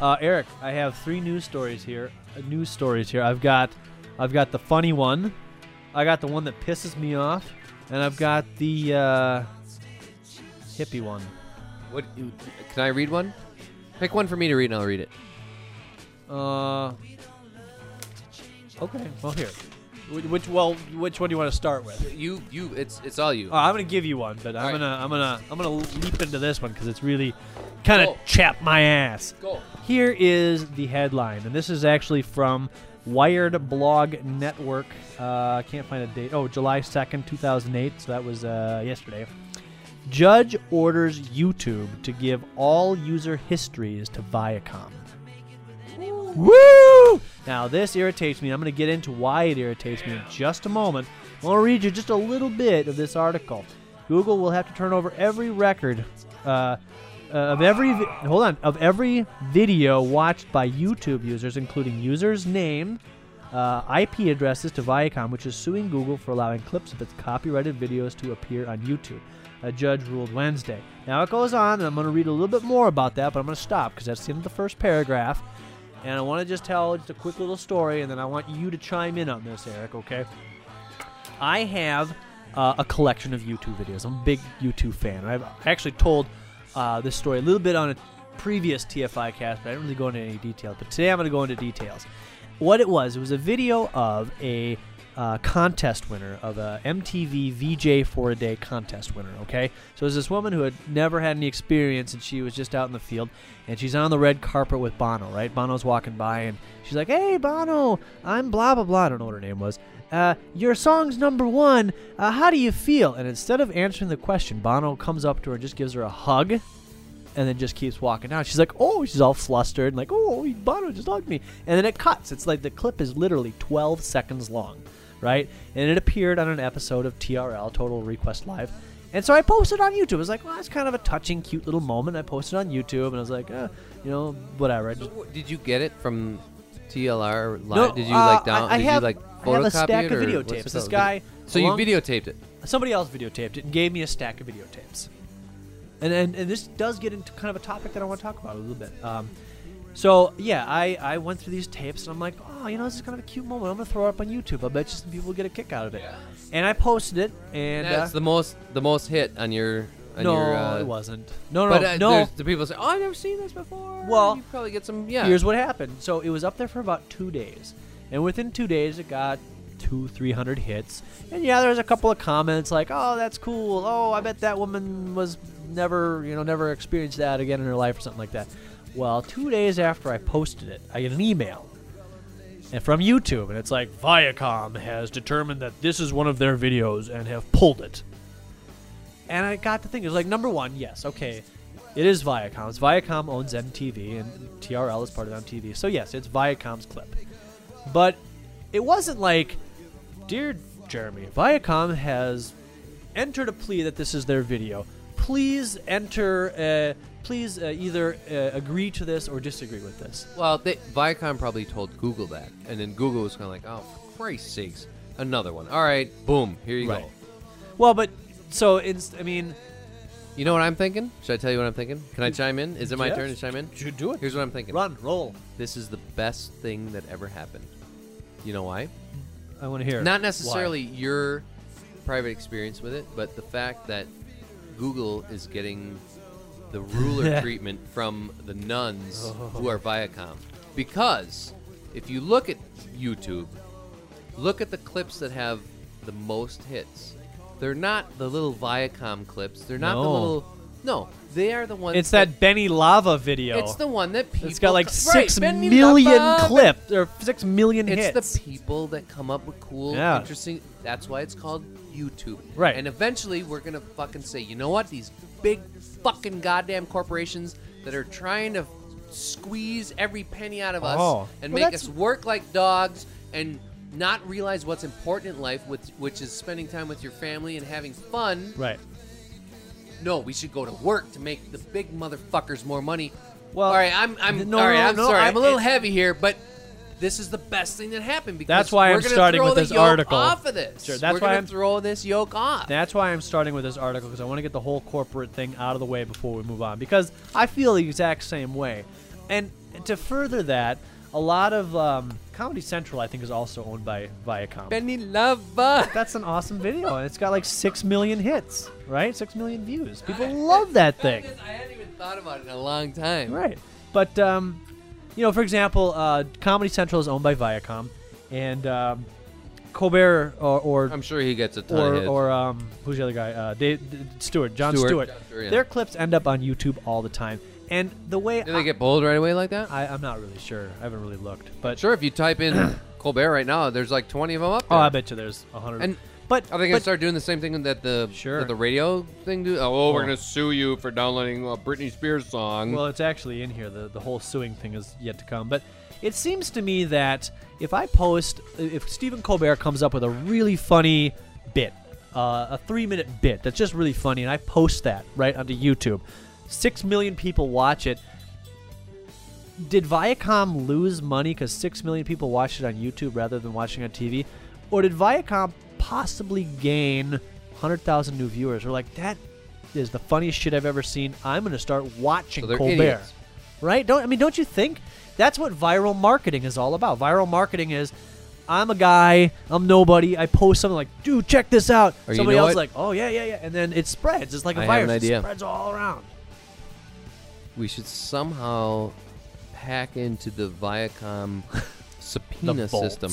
Speaker 3: uh, Eric, I have three news stories here. Uh, news stories here. I've got, I've got the funny one, I got the one that pisses me off, and I've got the uh, hippie one.
Speaker 2: What? Can I read one? Pick one for me to read, and I'll read it.
Speaker 3: Uh. Okay. Well, here. Wh- Which well, which one do you want to start with?
Speaker 2: You, you. It's it's all you.
Speaker 3: Uh, I'm gonna give you one, but I'm
Speaker 2: All right.
Speaker 3: gonna I'm gonna I'm gonna leap into this one because it's really kind of
Speaker 2: Go.
Speaker 3: chap my ass.
Speaker 2: Go.
Speaker 3: Here is the headline, and this is actually from Wired Blog Network. Uh, I can't find a date. Oh, July 2nd, 2008. So that was uh, yesterday. Judge orders YouTube to give all user histories to Viacom. Woo! Now, this irritates me. I'm going to get into why it irritates me in just a moment. i will read you just a little bit of this article. Google will have to turn over every record uh, uh, of every vi- hold on of every video watched by YouTube users, including users named, uh, IP addresses to Viacom, which is suing Google for allowing clips of its copyrighted videos to appear on YouTube. A judge ruled Wednesday. Now it goes on, and I'm going to read a little bit more about that, but I'm going to stop because that's the end of the first paragraph. And I want to just tell just a quick little story, and then I want you to chime in on this, Eric, okay? I have uh, a collection of YouTube videos. I'm a big YouTube fan. I've I actually told uh, this story a little bit on a previous TFI cast, but I didn't really go into any details. But today I'm going to go into details. What it was, it was a video of a uh, contest winner of a MTV VJ for a day contest winner. Okay, so there's this woman who had never had any experience, and she was just out in the field, and she's on the red carpet with Bono. Right, Bono's walking by, and she's like, "Hey, Bono, I'm blah blah blah." I don't know what her name was uh, your song's number one. Uh, how do you feel? And instead of answering the question, Bono comes up to her and just gives her a hug and then just keeps walking out. She's like, oh, she's all flustered and like, oh, Bono just hugged me. And then it cuts. It's like the clip is literally 12 seconds long, right? And it appeared on an episode of TRL, Total Request Live. And so I posted on YouTube. I was like, well, it's kind of a touching, cute little moment. I posted on YouTube and I was like, eh, you know, whatever. I just
Speaker 2: Did you get it from TLR live?
Speaker 3: No,
Speaker 2: did you like
Speaker 3: uh,
Speaker 2: down?
Speaker 3: I- I
Speaker 2: did
Speaker 3: have-
Speaker 2: you like
Speaker 3: I
Speaker 2: photocopy
Speaker 3: have a stack
Speaker 2: it,
Speaker 3: of
Speaker 2: or
Speaker 3: videotapes.
Speaker 2: what's it
Speaker 3: This
Speaker 2: called?
Speaker 3: guy
Speaker 2: So
Speaker 3: along-
Speaker 2: you videotaped it.
Speaker 3: somebody else videotaped it and gave me a stack of videotapes. And and, and this does get into kind of a topic that I want to talk about a little bit. Um, so yeah, I, I went through these tapes and I'm like, oh, you know, this is kind of a cute moment. I'm gonna throw it up on YouTube. I bet you some people will get a kick out of it. And I posted it, and
Speaker 2: That's
Speaker 3: uh,
Speaker 2: the most the most hit on your on
Speaker 3: no,
Speaker 2: your. Uh,
Speaker 3: it wasn't. No, no,
Speaker 2: But
Speaker 3: no,
Speaker 2: uh,
Speaker 3: no.
Speaker 2: there's the people say, "Oh, I've never seen this before."
Speaker 3: Well,
Speaker 2: you probably get some. Yeah.
Speaker 3: Here's what happened. So it was up there for about two days, and within two days it got two, three hundred hits. And yeah, there was a couple of comments like, "Oh, that's cool. Oh, I bet that woman was never, you know, never experienced that again in her life or something like that." Well, two days after I posted it, I get an email and from YouTube, and it's like Viacom has determined that this is one of their videos and have pulled it. And I got to think, it was like number one, yes, okay, it is Viacom's. Viacom owns MTV, and TRL is part of MTV, so yes, it's Viacom's clip. But it wasn't like, dear Jeremy, Viacom has entered a plea that this is their video. Please enter. Uh, please uh, either uh, agree to this or disagree with this.
Speaker 2: Well, they, Viacom probably told Google that, and then Google was kind of like, "Oh, for Christ's sakes, another one." All right, boom, here you
Speaker 3: Right.
Speaker 2: go.
Speaker 3: Well, but so it's. I mean,
Speaker 2: You know what I'm thinking? Should I tell you what I'm thinking? Can I chime in? Is it my
Speaker 3: Yes.
Speaker 2: turn to chime in?
Speaker 3: you do it.
Speaker 2: Here's what I'm thinking.
Speaker 3: Run, roll.
Speaker 2: This is the best thing that ever happened. You know why?
Speaker 3: I want to hear.
Speaker 2: Not necessarily your private experience with it, but the fact that Google is getting the ruler treatment from the nuns
Speaker 3: Oh.
Speaker 2: who are Viacom. Because if you look at YouTube, look at the clips that have the most hits. They're not the little Viacom clips. They're not the
Speaker 3: No.
Speaker 2: little. No, they are the ones.
Speaker 3: It's that Benny Lava video.
Speaker 2: It's the one that people.
Speaker 3: it's got like
Speaker 2: co- right,
Speaker 3: six million
Speaker 2: Benny Lava,
Speaker 3: clips or six million
Speaker 2: it's
Speaker 3: hits.
Speaker 2: the people that come up with cool,
Speaker 3: Yeah.
Speaker 2: interesting. That's why it's called YouTube.
Speaker 3: Right.
Speaker 2: And eventually, we're gonna fucking say, you know what? These big fucking goddamn corporations that are trying to squeeze every penny out of
Speaker 3: Oh.
Speaker 2: us and
Speaker 3: Well,
Speaker 2: make
Speaker 3: that's-
Speaker 2: us work like dogs and not realize what's important in life, which, which is spending time with your family and having fun.
Speaker 3: right.
Speaker 2: No, we should go to work to make the big motherfuckers more money.
Speaker 3: Well,
Speaker 2: all right, I'm I'm
Speaker 3: no,
Speaker 2: all right,
Speaker 3: no,
Speaker 2: I'm
Speaker 3: no,
Speaker 2: sorry,
Speaker 3: I-
Speaker 2: I'm a little
Speaker 3: it-
Speaker 2: heavy here, but this is the best thing that happened because
Speaker 3: That's why
Speaker 2: we're
Speaker 3: I'm
Speaker 2: gonna
Speaker 3: starting
Speaker 2: throw
Speaker 3: with
Speaker 2: the
Speaker 3: this
Speaker 2: yoke
Speaker 3: article.
Speaker 2: Off of this,
Speaker 3: Sure, that's
Speaker 2: we're
Speaker 3: why
Speaker 2: gonna
Speaker 3: I'm-
Speaker 2: throw this yoke off.
Speaker 3: That's why I'm starting with this article because I want to get the whole corporate thing out of the way before we move on because I feel the exact same way. And to further that, a lot of um, Comedy Central I think is also owned by Viacom.
Speaker 2: Benny Lava.
Speaker 3: That's an awesome video, and it's got like six million hits, right? Six million views. People love that thing.
Speaker 2: I hadn't even thought about it in a long time.
Speaker 3: Right. But, um, you know, for example, uh, Comedy Central is owned by Viacom, and um, Colbert or, or,
Speaker 2: I'm sure he gets a ton of
Speaker 3: or,
Speaker 2: hits.
Speaker 3: or um, who's the other guy? Uh, Dave, D- Stewart, John
Speaker 2: Stewart.
Speaker 3: Stewart.
Speaker 2: Jon Stewart, yeah.
Speaker 3: Their clips end up on YouTube all the time. And the way
Speaker 2: Do they
Speaker 3: I,
Speaker 2: get bold right away like that?
Speaker 3: I, I'm not really sure. I haven't really looked. But
Speaker 2: sure, if you type in Colbert right now, there's like 20 of them up there.
Speaker 3: oh, I bet you there's a 100.
Speaker 2: And
Speaker 3: but
Speaker 2: Are they
Speaker 3: but
Speaker 2: gonna start doing the same thing that the
Speaker 3: Sure.
Speaker 2: that the radio thing do? Oh,
Speaker 3: Oh.
Speaker 2: we're gonna sue you for downloading a Britney Spears song.
Speaker 3: Well, it's actually in here. The, the whole suing thing is yet to come. But it seems to me that if I post, if Stephen Colbert comes up with a really funny bit, uh, a three minute bit that's just really funny, and I post that right onto YouTube, Six million people watch it. Did Viacom lose money because six million people watched it on YouTube rather than watching on TV, or did Viacom possibly gain hundred thousand new viewers? Or like that is the funniest shit I've ever seen. I'm gonna start watching
Speaker 2: So they're
Speaker 3: Colbert
Speaker 2: idiots.
Speaker 3: right? Don't I mean? Don't you think that's what viral marketing is all about? Viral marketing is, I'm a guy, I'm nobody. I post something like, dude, check this out.
Speaker 2: Or you
Speaker 3: Somebody
Speaker 2: know
Speaker 3: else is
Speaker 2: what?
Speaker 3: like, oh yeah, yeah, yeah, and then it spreads. It's like a
Speaker 2: I have
Speaker 3: virus.
Speaker 2: an
Speaker 3: It
Speaker 2: idea.
Speaker 3: spreads all around.
Speaker 2: We should somehow hack into the Viacom subpoena
Speaker 3: The bolts.
Speaker 2: system,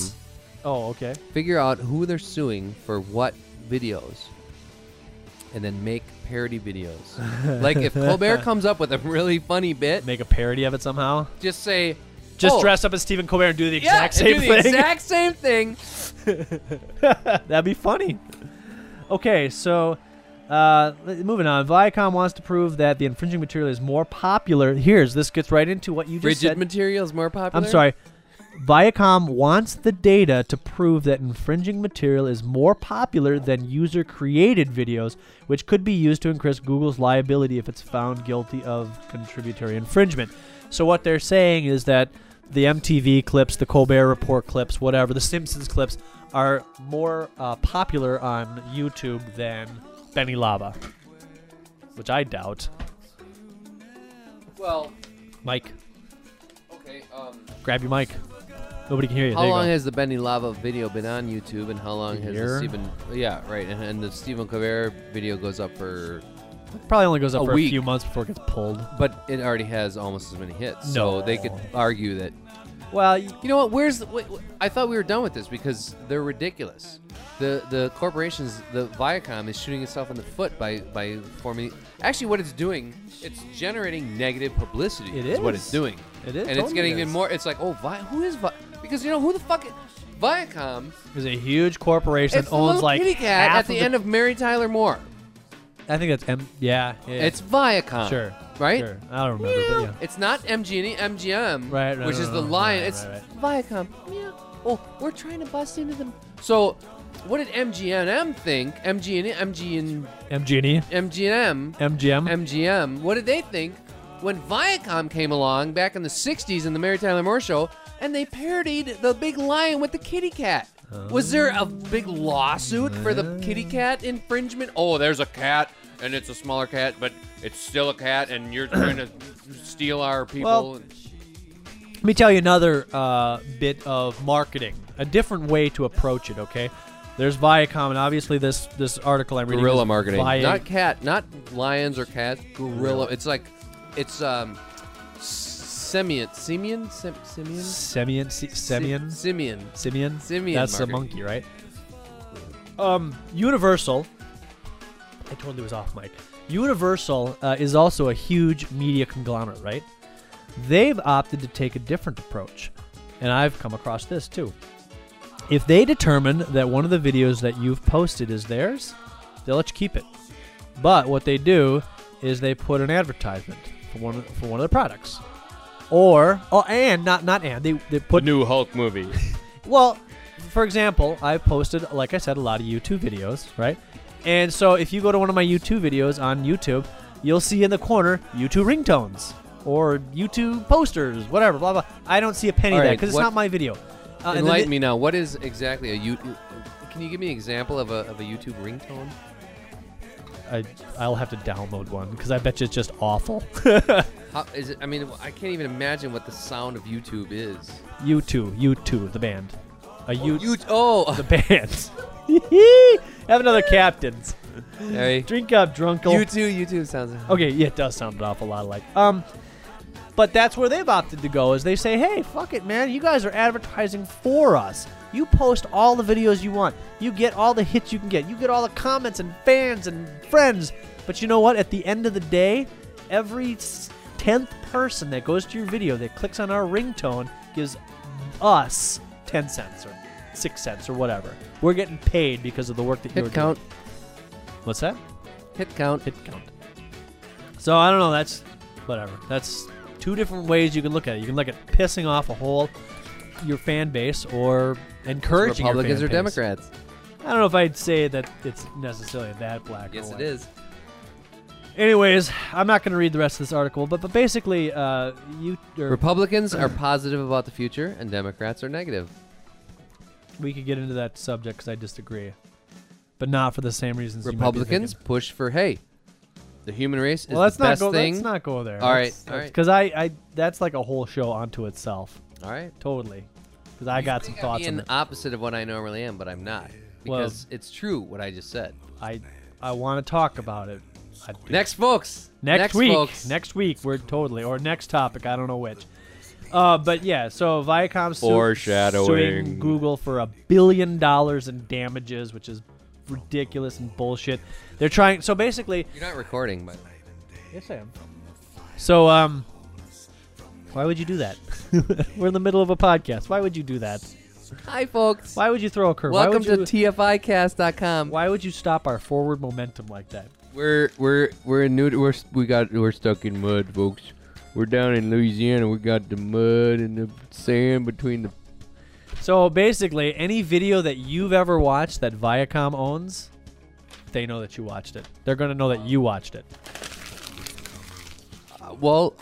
Speaker 3: Oh, okay.
Speaker 2: figure out who they're suing for what videos, and then make parody videos. like if Colbert comes up with a really funny bit,
Speaker 3: Make a parody of it somehow.
Speaker 2: just say,
Speaker 3: Just
Speaker 2: "Oh,
Speaker 3: dress up as Stephen Colbert and do the
Speaker 2: yeah,
Speaker 3: exact
Speaker 2: and
Speaker 3: same
Speaker 2: do
Speaker 3: thing.
Speaker 2: the exact same thing.
Speaker 3: That'd be funny. Okay, so uh, l- moving on. Viacom wants to prove that the infringing material is more popular. Here's this gets right into what you just
Speaker 2: Rigid
Speaker 3: said.
Speaker 2: materials more popular.
Speaker 3: I'm sorry. Viacom wants the data to prove that infringing material is more popular than user created videos, which could be used to increase Google's liability if it's found guilty of contributory infringement. So, what they're saying is that the MTV clips, the Colbert Report clips, whatever, the Simpsons clips are more uh, popular on YouTube than Benny Lava, which I doubt.
Speaker 2: Well,
Speaker 3: Mike,
Speaker 2: okay. Um,
Speaker 3: grab your mic. Nobody can hear you.
Speaker 2: how
Speaker 3: There you
Speaker 2: long
Speaker 3: go.
Speaker 2: has the Benny Lava video been on YouTube, and how long has
Speaker 3: Year.
Speaker 2: the Stephen? Yeah, right. And, and the Stephen Colbert video goes up for,
Speaker 3: Probably only goes up
Speaker 2: A
Speaker 3: for a
Speaker 2: week.
Speaker 3: few months before it gets pulled.
Speaker 2: but it already has almost as many hits.
Speaker 3: No.
Speaker 2: So they could argue that.
Speaker 3: Well, y-
Speaker 2: You know what? Where's the? Wait, wait, I thought we were done with this because they're ridiculous. The the corporations, the Viacom is shooting itself in the foot by by forming. Actually, what it's doing, it's generating negative publicity.
Speaker 3: It
Speaker 2: what
Speaker 3: is.
Speaker 2: it's doing.
Speaker 3: It is,
Speaker 2: and it's
Speaker 3: totally
Speaker 2: getting
Speaker 3: is.
Speaker 2: even more. It's like, oh, Vi- who is Vi? Because you know who the fuck? i- Viacom
Speaker 3: there's a huge corporation
Speaker 2: It's
Speaker 3: that
Speaker 2: the
Speaker 3: owns
Speaker 2: little
Speaker 3: like
Speaker 2: kitty cat
Speaker 3: half
Speaker 2: at the, end of Mary Tyler Moore.
Speaker 3: I think that's M. Yeah, yeah, yeah.
Speaker 2: It's Viacom.
Speaker 3: sure,
Speaker 2: Right?
Speaker 3: Sure. I don't remember, but yeah.
Speaker 2: It's not MGE, MGM,
Speaker 3: Right, right,
Speaker 2: which
Speaker 3: right,
Speaker 2: is the
Speaker 3: right,
Speaker 2: lion.
Speaker 3: right,
Speaker 2: it's Viacom. Yeah. Oh, we're trying to bust into them. So, what did MGM think? MGN, MGN,
Speaker 3: MGE,
Speaker 2: MGM,
Speaker 3: MGM.
Speaker 2: MGM. What did they think when Viacom came along back in the '60s in the Mary Tyler Moore Show, and they parodied the big lion with the kitty cat? Was there a big lawsuit for the kitty cat infringement? Oh, there's a cat, and it's a smaller cat, but it's still a cat, and you're trying to steal our people.
Speaker 3: Well, Let me tell you another uh, bit of marketing, a different way to approach it. Okay, there's Viacom, and obviously this this article I'm reading.
Speaker 2: gorilla
Speaker 3: is
Speaker 2: marketing,
Speaker 3: Vi-
Speaker 2: not cat, not lions or cats. Gorilla. It's like, it's um, simian, simian, Sim- simian,
Speaker 3: Semyon, Se- Semyon,
Speaker 2: simian.
Speaker 3: Simeon.
Speaker 2: Simeon
Speaker 3: That's the monkey,
Speaker 2: marketing.
Speaker 3: right? Um, Universal. I totally was off mic. Universal uh, is also a huge media conglomerate, right? They've opted to take a different approach, and I've come across this too. If they determine that one of the videos that you've posted is theirs, they'll let you keep it. But what they do is they put an advertisement for one for one of the products, or oh, and not not and they they put
Speaker 1: New Hulk movie.
Speaker 3: well, for example, I've posted, like I said, a lot of YouTube videos, right? And so if you go to one of my YouTube videos on YouTube, you'll see in the corner YouTube ringtones or YouTube posters, whatever, blah, blah. I don't see a penny
Speaker 2: All
Speaker 3: of that
Speaker 2: right,
Speaker 3: because it's
Speaker 2: what-
Speaker 3: not my video. Uh, and then
Speaker 2: Enlighten
Speaker 3: the-
Speaker 2: me now. What is exactly a YouTube? Can you give me an example of a, of a YouTube ringtone?
Speaker 3: I, I'll have to download one because I bet you it's just awful.
Speaker 2: How is it? I mean, I can't even imagine what the sound of YouTube is.
Speaker 3: U2, U2, the band. A U,
Speaker 2: You oh,
Speaker 3: the band. have another captain's.
Speaker 2: Harry.
Speaker 3: Drink up, drunkle.
Speaker 2: YouTube YouTube sounds.
Speaker 3: Okay, yeah, it does sound an awful lot like. Um, but that's where they've opted to go is they say, hey, fuck it, man, you guys are advertising for us. You post all the videos you want. You get all the hits you can get. You get all the comments and fans and friends. But you know what? At the end of the day, every s- tenth person that goes to your video that clicks on our ringtone gives us ten cents or six cents or whatever. We're getting paid because of the work that you're
Speaker 2: Hit count.
Speaker 3: doing. What's that?
Speaker 2: Hit count.
Speaker 3: hit count. So I don't know. That's whatever. That's two different ways you can look at it. You can look at pissing off a whole your fan base or encouraging your
Speaker 2: Republicans
Speaker 3: fan
Speaker 2: or
Speaker 3: base.
Speaker 2: Democrats?
Speaker 3: I don't know if I'd say that it's necessarily that black.
Speaker 2: Yes, it
Speaker 3: or white.
Speaker 2: is.
Speaker 3: Anyways, I'm not going to read the rest of this article, but but basically, uh, you or
Speaker 2: Republicans are positive about the future, and Democrats are negative.
Speaker 3: we could get into that subject because I disagree, but not for the same reasons. you might be
Speaker 2: Republicans
Speaker 3: thinking.
Speaker 2: push for hey, the human race is
Speaker 3: Well, let's
Speaker 2: the
Speaker 3: not
Speaker 2: best
Speaker 3: go.
Speaker 2: thing.
Speaker 3: Let's not go there.
Speaker 2: All
Speaker 3: Let's-
Speaker 2: right, all
Speaker 3: let's-
Speaker 2: right.
Speaker 3: 'cause I, I, that's like a whole show onto itself.
Speaker 2: All right.
Speaker 3: Totally. Because I got some thoughts on
Speaker 2: Being
Speaker 3: it.
Speaker 2: opposite of what I normally am, but I'm not
Speaker 3: Well-
Speaker 2: because it's true what I just said.
Speaker 3: I, I want to talk about it. I-
Speaker 2: Next, folks.
Speaker 3: next, week.
Speaker 2: folks.
Speaker 3: Next week, we're totally or next topic. I don't know which. Uh, but yeah, so Viacom su-
Speaker 1: Foreshadowing.
Speaker 3: suing Google for a billion dollars in damages, which is ridiculous and bullshit. They're trying. So basically,
Speaker 2: You're not recording, but
Speaker 3: yes, I am. So um, why would you do that? we're in the middle of a podcast. Why would you do that?
Speaker 2: hi, folks.
Speaker 3: Why would you throw a curve? why
Speaker 2: Welcome
Speaker 3: would
Speaker 2: to
Speaker 3: you,
Speaker 2: TFIcast.com.
Speaker 3: Why would you stop our forward momentum like that?
Speaker 1: We're we're we're in new we're we got we're stuck in mud, folks. We're down in Louisiana. We got the mud and the sand between the
Speaker 3: So basically, any video that you've ever watched that Viacom owns, they know that you watched it. They're gonna know that you watched it.
Speaker 2: Well,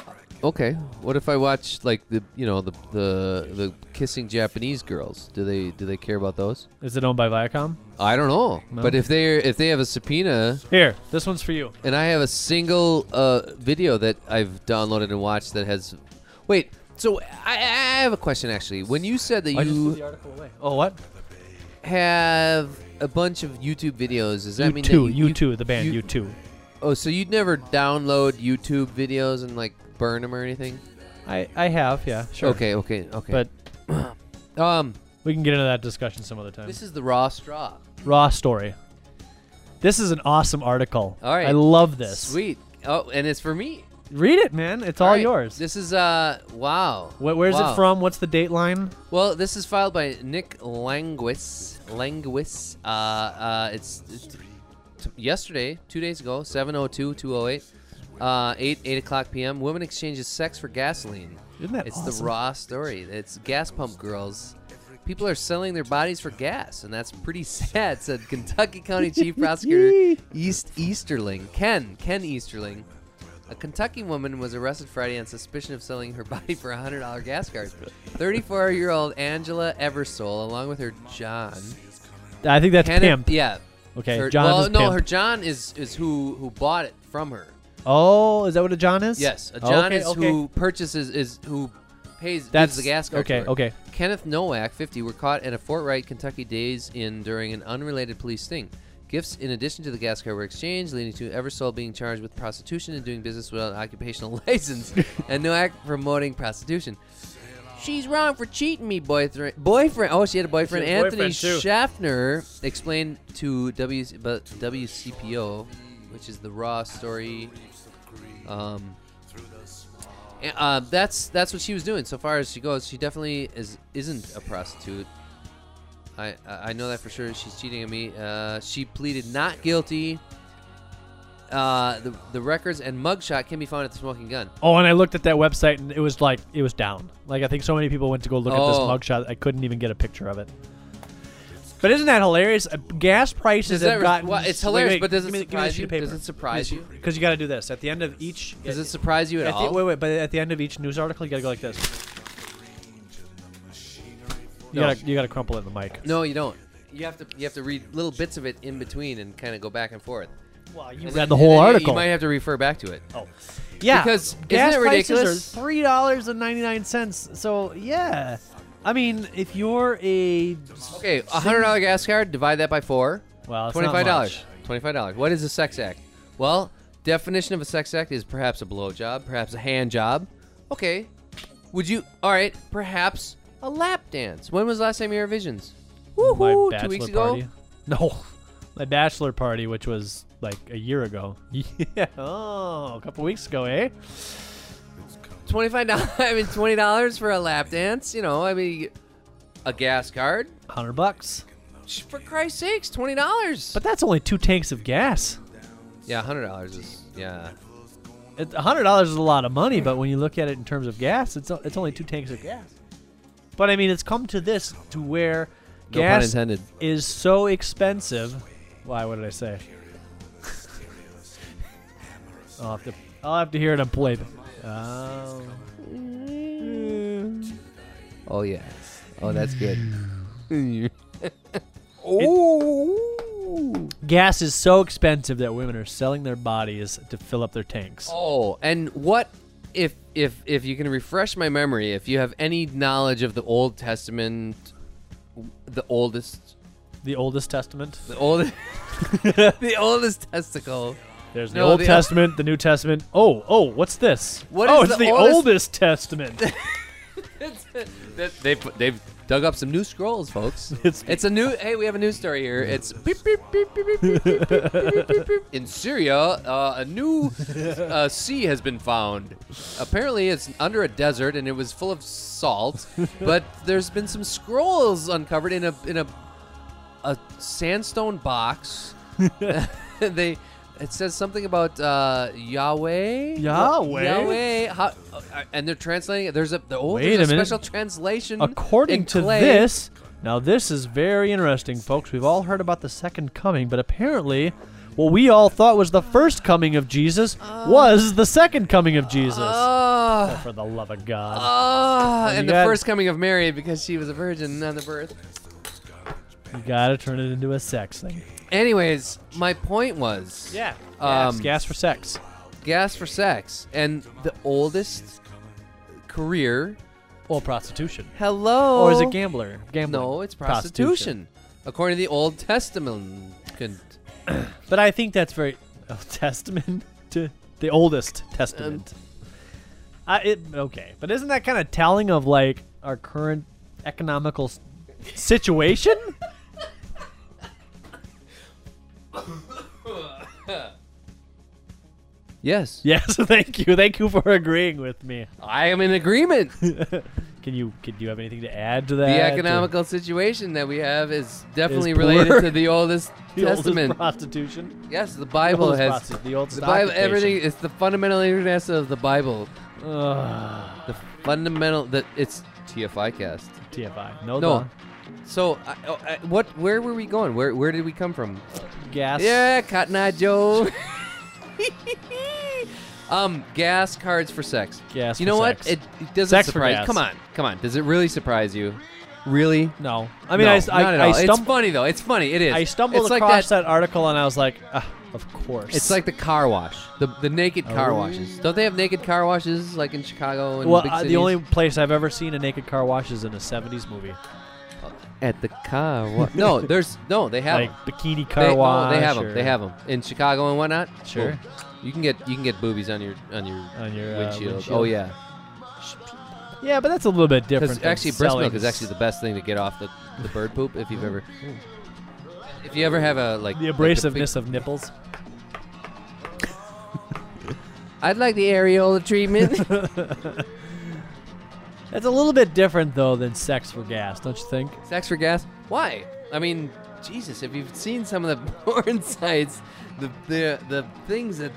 Speaker 2: okay. What if I watch like the you know the the the kissing Japanese girls? Do they do they care about those?
Speaker 3: Is it owned by Viacom?
Speaker 2: I don't know.
Speaker 3: No.
Speaker 2: But if they if they have a subpoena
Speaker 3: Here, this one's for you.
Speaker 2: and I have a single uh, video that I've downloaded and watched that has, wait. So I, I have a question actually. When you said that you
Speaker 3: article away. Oh, what?
Speaker 2: have a bunch of YouTube videos, does that
Speaker 3: You
Speaker 2: mean
Speaker 3: two,
Speaker 2: that
Speaker 3: you two, the band,
Speaker 2: you-
Speaker 3: you two.
Speaker 2: Oh, so you'd never download YouTube videos and like burn them or anything?
Speaker 3: I, I have, yeah, sure.
Speaker 2: Okay, okay, okay.
Speaker 3: but
Speaker 2: um,
Speaker 3: we can get into that discussion some other time.
Speaker 2: this is the raw straw.
Speaker 3: Raw story. This is an awesome article.
Speaker 2: All right.
Speaker 3: I love this.
Speaker 2: Sweet. Oh, and it's for me.
Speaker 3: Read it, man. It's all,
Speaker 2: All right.
Speaker 3: yours.
Speaker 2: This is uh wow.
Speaker 3: Wh- where's
Speaker 2: Wow.
Speaker 3: it from? What's the date line?
Speaker 2: Well, this is filed by Nick Languis. Languis. Uh, uh, it's, it's t- yesterday, two days ago, 702 208, uh, 8, 8 o'clock p.m. Woman exchanges sex for gasoline.
Speaker 3: Isn't that
Speaker 2: It's the
Speaker 3: awesome?
Speaker 2: raw story. It's gas pump girls. People are selling their bodies for gas, and that's pretty sad, said Kentucky County Chief Prosecutor East Easterling. Ken, Ken Easterling. A Kentucky woman was arrested Friday on suspicion of selling her body for a $100 gas card. 34 year old Angela Eversole, along with her John.
Speaker 3: I think that's
Speaker 2: Kenneth-
Speaker 3: pimp.
Speaker 2: Yeah.
Speaker 3: Okay,
Speaker 2: Her-
Speaker 3: John
Speaker 2: well,
Speaker 3: is
Speaker 2: no,
Speaker 3: pimp.
Speaker 2: her John is, is who, who bought it from her.
Speaker 3: Oh, is that what a John is? Oh,
Speaker 2: Yes, a John
Speaker 3: Okay,
Speaker 2: is
Speaker 3: okay.
Speaker 2: who purchases is who pays
Speaker 3: That's
Speaker 2: gives the gas card.
Speaker 3: Okay,
Speaker 2: to her.
Speaker 3: okay.
Speaker 2: Kenneth Nowak, 50, were caught at a Fort Wright, Kentucky Days Inn during an unrelated police sting. Gifts in addition to the gas card were exchanged, leading to Eversole being charged with prostitution and doing business without an occupational license, and Nowak promoting prostitution. She's wrong for cheating me, boyfriend. Boyfriend. Oh, she had a boyfriend.
Speaker 3: She had a
Speaker 2: Anthony
Speaker 3: boyfriend, too.
Speaker 2: Schaffner explained to w- but WCPO, which is the Raw story. Um, and, uh, that's that's what she was doing. So far as she goes, she definitely is isn't a prostitute. I I I know that for sure. She's cheating on me. Uh, she pleaded not guilty. Uh, the the records and mugshot can be found at the Smoking Gun.
Speaker 3: Oh, and I looked at that website and it was like it was down. Like I think so many people went to go look at this
Speaker 2: Oh.
Speaker 3: mugshot, I couldn't even get a picture of it. But isn't that hilarious? Uh, Gas prices
Speaker 2: Does
Speaker 3: have
Speaker 2: that re-
Speaker 3: gotten.
Speaker 2: well, it's
Speaker 3: wait,
Speaker 2: hilarious,
Speaker 3: wait,
Speaker 2: but does it
Speaker 3: give me- give me the
Speaker 2: surprise
Speaker 3: sheet
Speaker 2: you?
Speaker 3: of paper.
Speaker 2: Does it surprise you?
Speaker 3: Because you got to do this at the end of each.
Speaker 2: Does it surprise you at
Speaker 3: at the-
Speaker 2: all?
Speaker 3: Wait, wait. But at the end of each news article, you got to go like this.
Speaker 2: No.
Speaker 3: You gotta, you gotta crumple it in the mic.
Speaker 2: No, you don't. You have to you have to read little bits of it in between and kind of go back and forth.
Speaker 3: Well, you
Speaker 2: And
Speaker 3: read
Speaker 2: then-
Speaker 3: the
Speaker 2: and
Speaker 3: whole
Speaker 2: then you-
Speaker 3: article.
Speaker 2: You might have to refer back to it.
Speaker 3: Oh. Yeah.
Speaker 2: Because isn't
Speaker 3: gas
Speaker 2: it ridiculous?
Speaker 3: prices are three dollars and ninety nine cents. So yeah. I mean, if you're a
Speaker 2: Okay, a hundred dollar gas card. Divide that by four.
Speaker 3: Well, it's not
Speaker 2: twenty five dollars.
Speaker 3: much.
Speaker 2: Twenty five dollars. What is a sex act? Well, definition of a sex act is perhaps a blowjob, perhaps a hand job. Okay, would you? All right, perhaps a lap dance. When was the last time you were at visions? Woohoo! Two weeks ago.
Speaker 3: party. No, my bachelor party, which was like a year ago. Yeah, oh, a couple weeks ago, eh?
Speaker 2: Twenty five dollars. I mean, twenty dollars for a lap dance. You know, I mean, a gas card.
Speaker 3: Hundred bucks.
Speaker 2: Sh- For Christ's sakes, twenty dollars.
Speaker 3: But that's only two tanks of gas.
Speaker 2: yeah, hundred dollars is yeah.
Speaker 3: It- a hundred dollars is a lot of money, but when you look at it in terms of gas, it's o- it's only two tanks of gas. But I mean, it's come to this to where
Speaker 2: No pun
Speaker 3: gas
Speaker 2: intended.
Speaker 3: is so expensive. Why? What did I say? I'll have to, I'll have to hear it on playback. Oh.
Speaker 2: Oh yeah. Oh, that's good.
Speaker 1: oh.
Speaker 3: Gas is so expensive that women are selling their bodies to fill up their tanks.
Speaker 2: Oh, and what if if if you can refresh my memory? If you have any knowledge of the Old Testament, the oldest,
Speaker 3: The Oldest Testament.
Speaker 2: the oldest, the oldest testicle.
Speaker 3: There's the
Speaker 2: No,
Speaker 3: Old
Speaker 2: the-
Speaker 3: Testament, the New Testament. Oh, oh, what's this?
Speaker 2: What
Speaker 3: oh,
Speaker 2: is
Speaker 3: it's
Speaker 2: the
Speaker 3: the
Speaker 2: oldest-
Speaker 3: oldest Testament.
Speaker 2: They- They've they've dug up some new scrolls, folks.
Speaker 3: It's-
Speaker 2: It's a new. Hey, we have a news story here. It's beep, beep, beep, beep, beep, beep, beep, beep, beep, beep, beep, beep. in Syria. Uh, a new uh, sea has been found. Apparently, it's under a desert and it was full of salt. But there's been some scrolls uncovered in a in a a sandstone box. they. It says something about uh, Yahweh.
Speaker 3: Yahweh?
Speaker 2: Yahweh. How, uh, and they're translating it. There's a the, oh,
Speaker 3: Wait
Speaker 2: there's
Speaker 3: a minute.
Speaker 2: special translation. in
Speaker 3: According to
Speaker 2: Mm-hmm. clay.
Speaker 3: this, now this is very interesting, folks. We've all heard about the second coming, but apparently, what we all thought was the first coming of Jesus was the second coming of Jesus.
Speaker 2: Ah,
Speaker 3: For the love of God.
Speaker 2: ah,
Speaker 3: you
Speaker 2: and the
Speaker 3: got-
Speaker 2: first coming of Mary because she was a virgin on the birth.
Speaker 3: You gotta turn it into a sex thing.
Speaker 2: Anyways, my point was
Speaker 3: Gas,
Speaker 2: Um,
Speaker 3: gas for sex.
Speaker 2: gas for sex and the oldest career.
Speaker 3: Or prostitution.
Speaker 2: Hello,
Speaker 3: Or is it gambler? Gambling.
Speaker 2: No, it's prostitution, according to the Old Testament. Con-
Speaker 3: But I think that's very oh, testament to the oldest testament.
Speaker 2: Um,
Speaker 3: I, it, okay, but isn't that kind of telling of like our current economical s- situation?
Speaker 2: Yes,
Speaker 3: yes, thank you, thank you for agreeing with me.
Speaker 2: I am in agreement.
Speaker 3: Can you can you have anything to add to that?
Speaker 2: the
Speaker 3: or
Speaker 2: economical situation that we have is definitely
Speaker 3: poor.
Speaker 2: related to the oldest
Speaker 3: the oldest
Speaker 2: testament.
Speaker 3: prostitution.
Speaker 2: yes, the
Speaker 3: The
Speaker 2: Bible
Speaker 3: oldest
Speaker 2: has
Speaker 3: prosti- the oldest
Speaker 2: the Bible.
Speaker 3: occupation.
Speaker 2: Everything it's the fundamental interest of the Bible.
Speaker 3: Ugh,
Speaker 2: The fundamental that it's TFI cast.
Speaker 3: TFI. No,
Speaker 2: No.
Speaker 3: no.
Speaker 2: So, I, oh, I, what? Where were we going? Where Where did we come from?
Speaker 3: gas.
Speaker 2: Yeah, Cotton Eye Joe. um, gas cards for sex.
Speaker 3: Gas
Speaker 2: You
Speaker 3: for
Speaker 2: know
Speaker 3: sex.
Speaker 2: what? It, it doesn't
Speaker 3: Sex for
Speaker 2: surprise.
Speaker 3: gas.
Speaker 2: Come on, come on. Does it really surprise you? Really?
Speaker 3: No, I mean I, s-
Speaker 2: No,
Speaker 3: I,
Speaker 2: not at
Speaker 3: I
Speaker 2: all.
Speaker 3: stumbled.
Speaker 2: It's funny though. It's funny. It is.
Speaker 3: I stumbled
Speaker 2: it's
Speaker 3: across
Speaker 2: like that,
Speaker 3: that, article and I was like, ah, of course.
Speaker 2: It's like the car wash, the the naked car washes. Don't they have naked car washes like in Chicago and
Speaker 3: Oh. well,
Speaker 2: big
Speaker 3: uh,
Speaker 2: cities?
Speaker 3: the only place I've ever seen a naked car wash is in a '70s movie,
Speaker 2: at the car wash. no, there's no. They have
Speaker 3: like
Speaker 2: 'em.
Speaker 3: bikini
Speaker 2: They-
Speaker 3: car wash.
Speaker 2: Oh, they have them.
Speaker 3: or
Speaker 2: They have them in Chicago and whatnot.
Speaker 3: Sure.
Speaker 2: Boom. You can get you can get boobies on your on your
Speaker 3: on your uh,
Speaker 2: windshield.
Speaker 3: windshield.
Speaker 2: Oh yeah.
Speaker 3: yeah, but that's a little bit different.
Speaker 2: Because
Speaker 3: than
Speaker 2: actually, breast milk
Speaker 3: selling
Speaker 2: is actually the best thing to get off the, the bird poop if you've ever. If you ever have a like
Speaker 3: the
Speaker 2: like
Speaker 3: abrasiveness
Speaker 2: big-
Speaker 3: of nipples.
Speaker 2: I'd like the areola treatment.
Speaker 3: That's a little bit different though than sex for gas, don't you think?
Speaker 2: Sex for gas? Why? I mean, Jesus, if you've seen some of the porn sites, the the the things that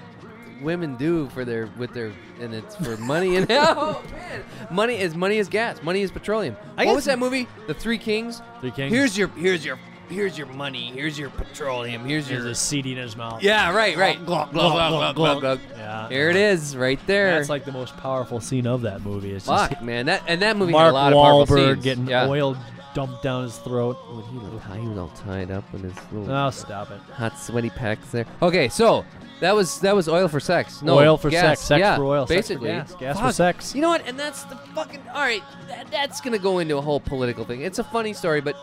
Speaker 2: women do for their with their and it's for money and oh man, money is money is gas, money is petroleum. what
Speaker 3: I guess-
Speaker 2: was that movie? The Three Kings.
Speaker 3: Three Kings.
Speaker 2: Here's your here's your here's your money. Here's your petroleum. Here's
Speaker 3: There's
Speaker 2: your
Speaker 3: a seed in his mouth.
Speaker 2: yeah, right, right.
Speaker 3: Glug, glug, glug, glug, glug. Yeah.
Speaker 2: Here it is, right there.
Speaker 3: That's like the most powerful scene of that movie. It's just
Speaker 2: Fuck, man. That and that movie had
Speaker 3: Mark
Speaker 2: a lot of powerful
Speaker 3: Wahlberg
Speaker 2: scenes.
Speaker 3: getting
Speaker 2: yeah.
Speaker 3: oil dumped down his throat.
Speaker 2: When he, was all- he was all tied up in his little
Speaker 3: Oh, stop it.
Speaker 2: hot sweaty packs there. Okay, so that was that was oil for sex. No,
Speaker 3: oil for
Speaker 2: gas.
Speaker 3: sex, sex
Speaker 2: yeah,
Speaker 3: for oil,
Speaker 2: basically.
Speaker 3: sex for gas, gas for
Speaker 2: Fuck.
Speaker 3: sex.
Speaker 2: You know what? And that's the fucking all right. That, that's gonna go into a whole political thing. It's a funny story, but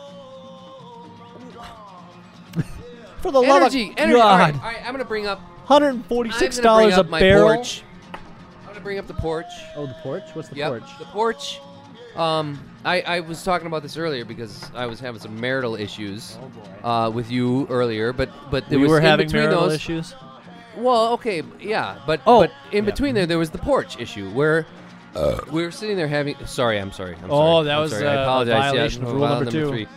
Speaker 3: For the
Speaker 2: energy,
Speaker 3: love of
Speaker 2: energy. All
Speaker 3: God,
Speaker 2: right, all right, I'm gonna bring up.
Speaker 3: $146
Speaker 2: I'm gonna bring
Speaker 3: a
Speaker 2: up my
Speaker 3: barrel.
Speaker 2: Porch. I'm gonna bring up the porch.
Speaker 3: Oh, the porch? What's the
Speaker 2: Yep,
Speaker 3: porch?
Speaker 2: The porch. Um, I, I was talking about this earlier because I was having some marital issues uh, with you earlier, but but there
Speaker 3: we
Speaker 2: was
Speaker 3: Oh, were
Speaker 2: in
Speaker 3: having
Speaker 2: between
Speaker 3: marital
Speaker 2: those.
Speaker 3: issues.
Speaker 2: Well, okay, yeah, but
Speaker 3: Oh,
Speaker 2: but in
Speaker 3: yeah.
Speaker 2: between there, there was the porch issue where. we were sitting there having. Sorry, I'm sorry. I'm
Speaker 3: Oh,
Speaker 2: sorry,
Speaker 3: that
Speaker 2: I'm
Speaker 3: was,
Speaker 2: sorry,
Speaker 3: uh,
Speaker 2: I
Speaker 3: a
Speaker 2: apologize. Yeah,
Speaker 3: violation of
Speaker 2: no,
Speaker 3: rule
Speaker 2: violation
Speaker 3: number two.
Speaker 2: three.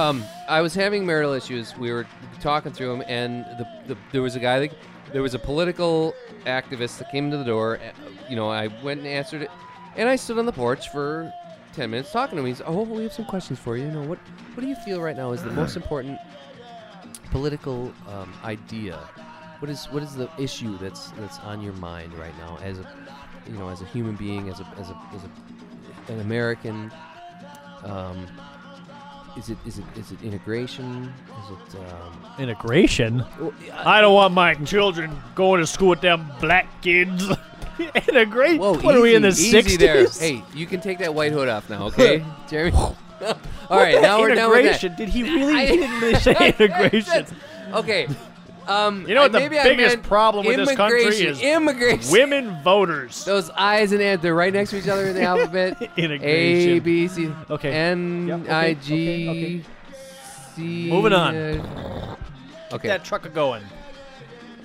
Speaker 2: Um, I was having marital issues. We were talking through them, and the, the there was a guy that there was a political activist that came to the door. uh, You know, I went and answered it, and I stood on the porch for ten minutes talking to him. He's, oh, we have some questions for you. You know, what what do you feel right now is the most important political um, idea What is what is the issue that's that's on your mind right now as a you know as a human being as a as a, as a an American? Um, is it is it is it integration? Is it um,
Speaker 3: Integration.
Speaker 2: well,
Speaker 3: I don't want my children going to school with them black kids. Integration.
Speaker 2: Whoa,
Speaker 3: What are we in the
Speaker 2: easy easy there.
Speaker 3: 60s?
Speaker 2: Hey, you can take that white hood off now, okay, Jeremy? All right, now we're done with that.
Speaker 3: integration. Did he really?
Speaker 2: I-
Speaker 3: he didn't really say integration.
Speaker 2: Okay. Um,
Speaker 3: You know what the
Speaker 2: maybe I
Speaker 3: biggest
Speaker 2: meant
Speaker 3: problem with this country
Speaker 2: immigration,
Speaker 3: is?
Speaker 2: Immigration.
Speaker 3: Women voters.
Speaker 2: Those I's and N's, they're right next to each other in the alphabet. A,
Speaker 3: Integration.
Speaker 2: B, C,
Speaker 3: Okay.
Speaker 2: N,
Speaker 3: Yeah, okay,
Speaker 2: I,
Speaker 3: okay,
Speaker 2: G,
Speaker 3: okay.
Speaker 2: C,
Speaker 3: Moving on.
Speaker 2: uh, okay.
Speaker 3: That truck a going.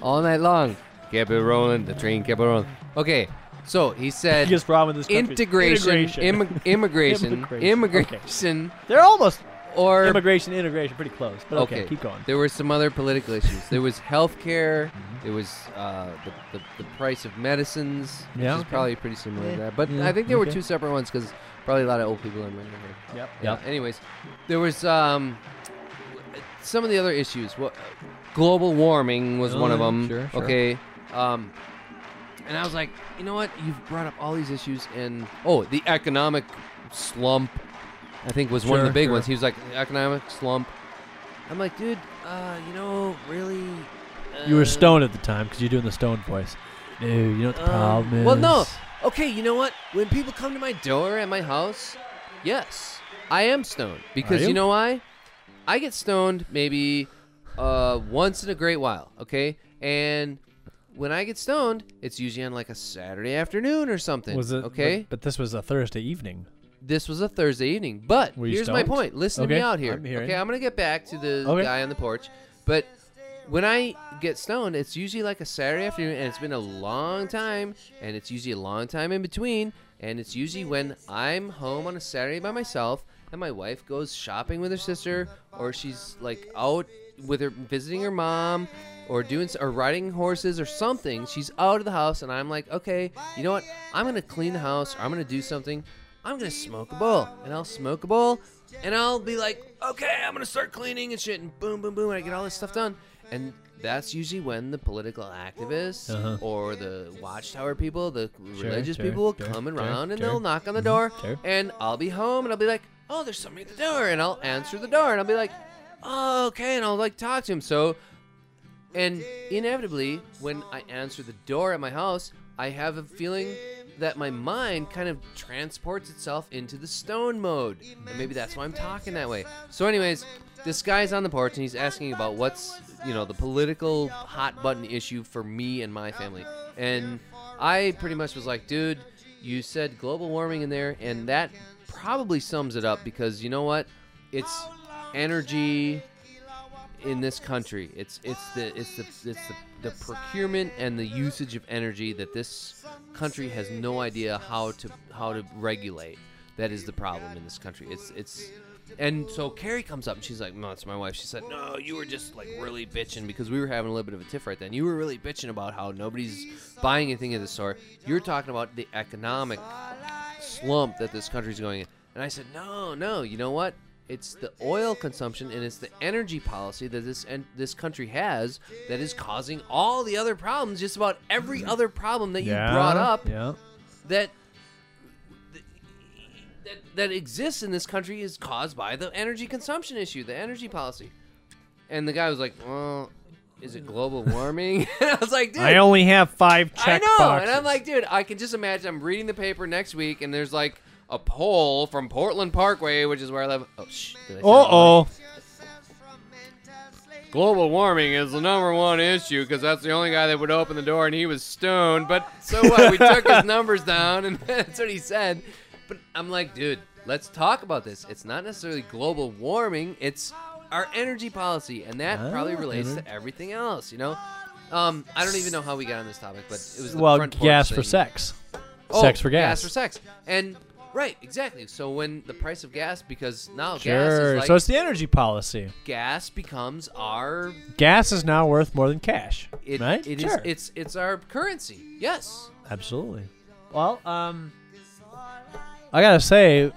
Speaker 2: All night long. Kept it rolling. The train kept it rolling. Okay. So he said
Speaker 3: Biggest problem with this country. is
Speaker 2: integration,
Speaker 3: Integration.
Speaker 2: immi- immigration,
Speaker 3: Immigration, okay.
Speaker 2: immigration,
Speaker 3: They're almost
Speaker 2: or
Speaker 3: immigration, integration, pretty close. But okay, keep going. Mm-hmm.
Speaker 2: There were some other political issues. There was healthcare. There was uh, the, the, the price of medicines, which
Speaker 3: Yeah,
Speaker 2: is
Speaker 3: okay.
Speaker 2: probably pretty similar to that. But
Speaker 3: yeah,
Speaker 2: I think there were
Speaker 3: okay.
Speaker 2: two separate ones because probably a lot of old people in Winter here.
Speaker 3: Yep.
Speaker 2: Yeah. Anyways, there was um, some of the other issues. What global warming was one of
Speaker 3: Oh,
Speaker 2: them.
Speaker 3: sure, sure.
Speaker 2: Okay. Um, and I was like, you know what? You've brought up all these issues, and oh, the economic slump. I think was one of the
Speaker 3: Sure,
Speaker 2: big
Speaker 3: sure.
Speaker 2: ones. He was like economic slump. I'm like, dude, uh, you know, really. Uh,
Speaker 3: You were stoned at the time because you're doing the stoned voice. No, you know what the
Speaker 2: um,
Speaker 3: problem is.
Speaker 2: Well, no. Okay, you know what? When people come to my door at my house, yes, I am stoned because
Speaker 3: Are
Speaker 2: you?
Speaker 3: you?
Speaker 2: know why? I get stoned maybe uh, once in a great while. Okay, and when I get stoned, it's usually on like a Saturday afternoon or something.
Speaker 3: Was it
Speaker 2: okay?
Speaker 3: But, but this was a Thursday evening.
Speaker 2: this was a Thursday evening. But
Speaker 3: Were you
Speaker 2: here's my
Speaker 3: stoned?
Speaker 2: point. Listen to me
Speaker 3: Okay,
Speaker 2: out here.
Speaker 3: I'm hearing.
Speaker 2: okay, I'm gonna get back to the
Speaker 3: Okay.
Speaker 2: guy on the porch. But when I get stoned, it's usually like a Saturday afternoon, and it's been a long time, and it's usually a long time in between, and it's usually when I'm home on a Saturday by myself, and my wife goes shopping with her sister, or she's like out with her visiting her mom. Or doing s- or riding horses or something. She's out of the house, and I'm like, okay, you know what? I'm gonna clean the house, or I'm gonna do something, I'm gonna smoke a bowl, and I'll smoke a bowl, and I'll be like, okay, I'm gonna start cleaning and shit, and boom, boom, boom, and I get all this stuff done, and that's usually when the political activists
Speaker 3: Uh-huh.
Speaker 2: or the watchtower people, the
Speaker 3: Sure,
Speaker 2: religious
Speaker 3: sure,
Speaker 2: people will
Speaker 3: sure,
Speaker 2: come
Speaker 3: sure,
Speaker 2: around and
Speaker 3: sure.
Speaker 2: they'll knock on the
Speaker 3: Mhm,
Speaker 2: door,
Speaker 3: sure.
Speaker 2: and I'll be home, and I'll be like, oh, there's somebody at the door, and I'll answer the door, and I'll be like, oh, okay, and I'll like talk to him. So and inevitably, when I answer the door at my house, I have a feeling that my mind kind of transports itself into the stone mode. And maybe that's why I'm talking that way. So, anyways, this guy's on the porch and he's asking about what's, you know, the political hot button issue for me and my family. And I pretty much was like, dude, you said global warming in there, and that probably sums it up because you know what? It's energy in this country. It's it's the it's the it's the, the procurement and the usage of energy that this country has no idea how to how to regulate. That is the problem in this country. It's it's and so Carrie comes up and she's like, "No, it's my wife." She said, "No, you were just like really bitching because we were having a little bit of a tiff right then. You were really bitching about how nobody's buying anything at the store. You're talking about the economic slump that this country's going in. And I said, no, no. You know what? It's the oil consumption and it's the energy policy that this and this country has that is causing all the other problems. Just about every other problem that you brought up
Speaker 3: Yeah.
Speaker 2: that that that exists in this country is caused by the energy consumption issue, the energy policy. And the guy was like, well, is it global warming? and I was like, dude,
Speaker 3: I only have five check
Speaker 2: I know,
Speaker 3: boxes.
Speaker 2: and I'm like, dude, I can just imagine. I'm reading the paper next week, and there's like a poll from Portland Parkway, which is where I live. Oh shh. did I say that
Speaker 3: uh
Speaker 2: already?
Speaker 3: oh.
Speaker 2: Global warming is the number one issue because that's the only guy that would open the door, and he was stoned. But so what? We took his numbers down, and that's what he said. But I'm like, dude, let's talk about this. It's not necessarily global warming; it's our energy policy, and that probably
Speaker 3: Ah,
Speaker 2: relates
Speaker 3: mhm.
Speaker 2: to everything else. You know. Um, I don't even know how we got on this topic, but it was the
Speaker 3: Well,
Speaker 2: front porch
Speaker 3: gas for
Speaker 2: thing.
Speaker 3: sex.
Speaker 2: Oh,
Speaker 3: sex for gas.
Speaker 2: Gas for sex. And right, exactly. So when the price of gas, because now gas
Speaker 3: Sure.
Speaker 2: is like
Speaker 3: so it's the energy policy.
Speaker 2: gas becomes our
Speaker 3: Gas is now worth more than cash.
Speaker 2: it,
Speaker 3: right?
Speaker 2: it is-
Speaker 3: sure.
Speaker 2: it's it's our currency. Yes.
Speaker 3: Absolutely. Well, um, I gotta say,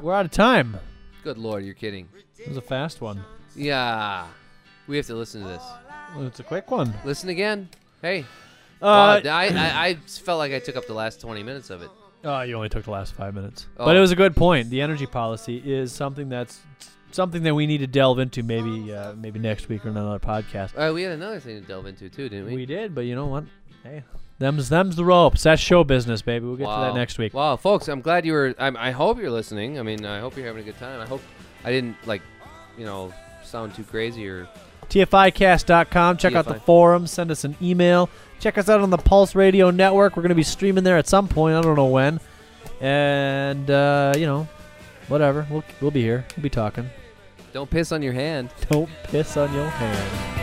Speaker 3: we're out of time.
Speaker 2: Good lord, you're kidding.
Speaker 3: It was a fast one.
Speaker 2: Yeah. We have to listen to this.
Speaker 3: Well, it's a quick one.
Speaker 2: Listen again. Hey,
Speaker 3: Uh,
Speaker 2: wow, I, I I felt like I took up the last 20 minutes of it.
Speaker 3: Oh, you only took the last five minutes.
Speaker 2: Oh.
Speaker 3: But it was a good point. The energy policy is something that's something that we need to delve into maybe uh, maybe next week or in another podcast.
Speaker 2: All right, we had another thing to delve into too, didn't we?
Speaker 3: We did, but you know what? Hey, them's them's the ropes. That's show business, baby. We'll get to
Speaker 2: Wow.
Speaker 3: that next week.
Speaker 2: Wow, folks, I'm glad you were. I'm, I hope you're listening. I mean, I hope you're having a good time. I hope I didn't like, you know, sound too crazy or
Speaker 3: TFIcast.com. Check out the
Speaker 2: TFI.
Speaker 3: forum. Send us an email. Check us out on the Pulse Radio Network. We're going to be streaming there at some point. I don't know when. And uh, you know, whatever. We'll we'll be here. We'll be talking.
Speaker 2: don't piss on your hand.
Speaker 3: Don't piss on your hand.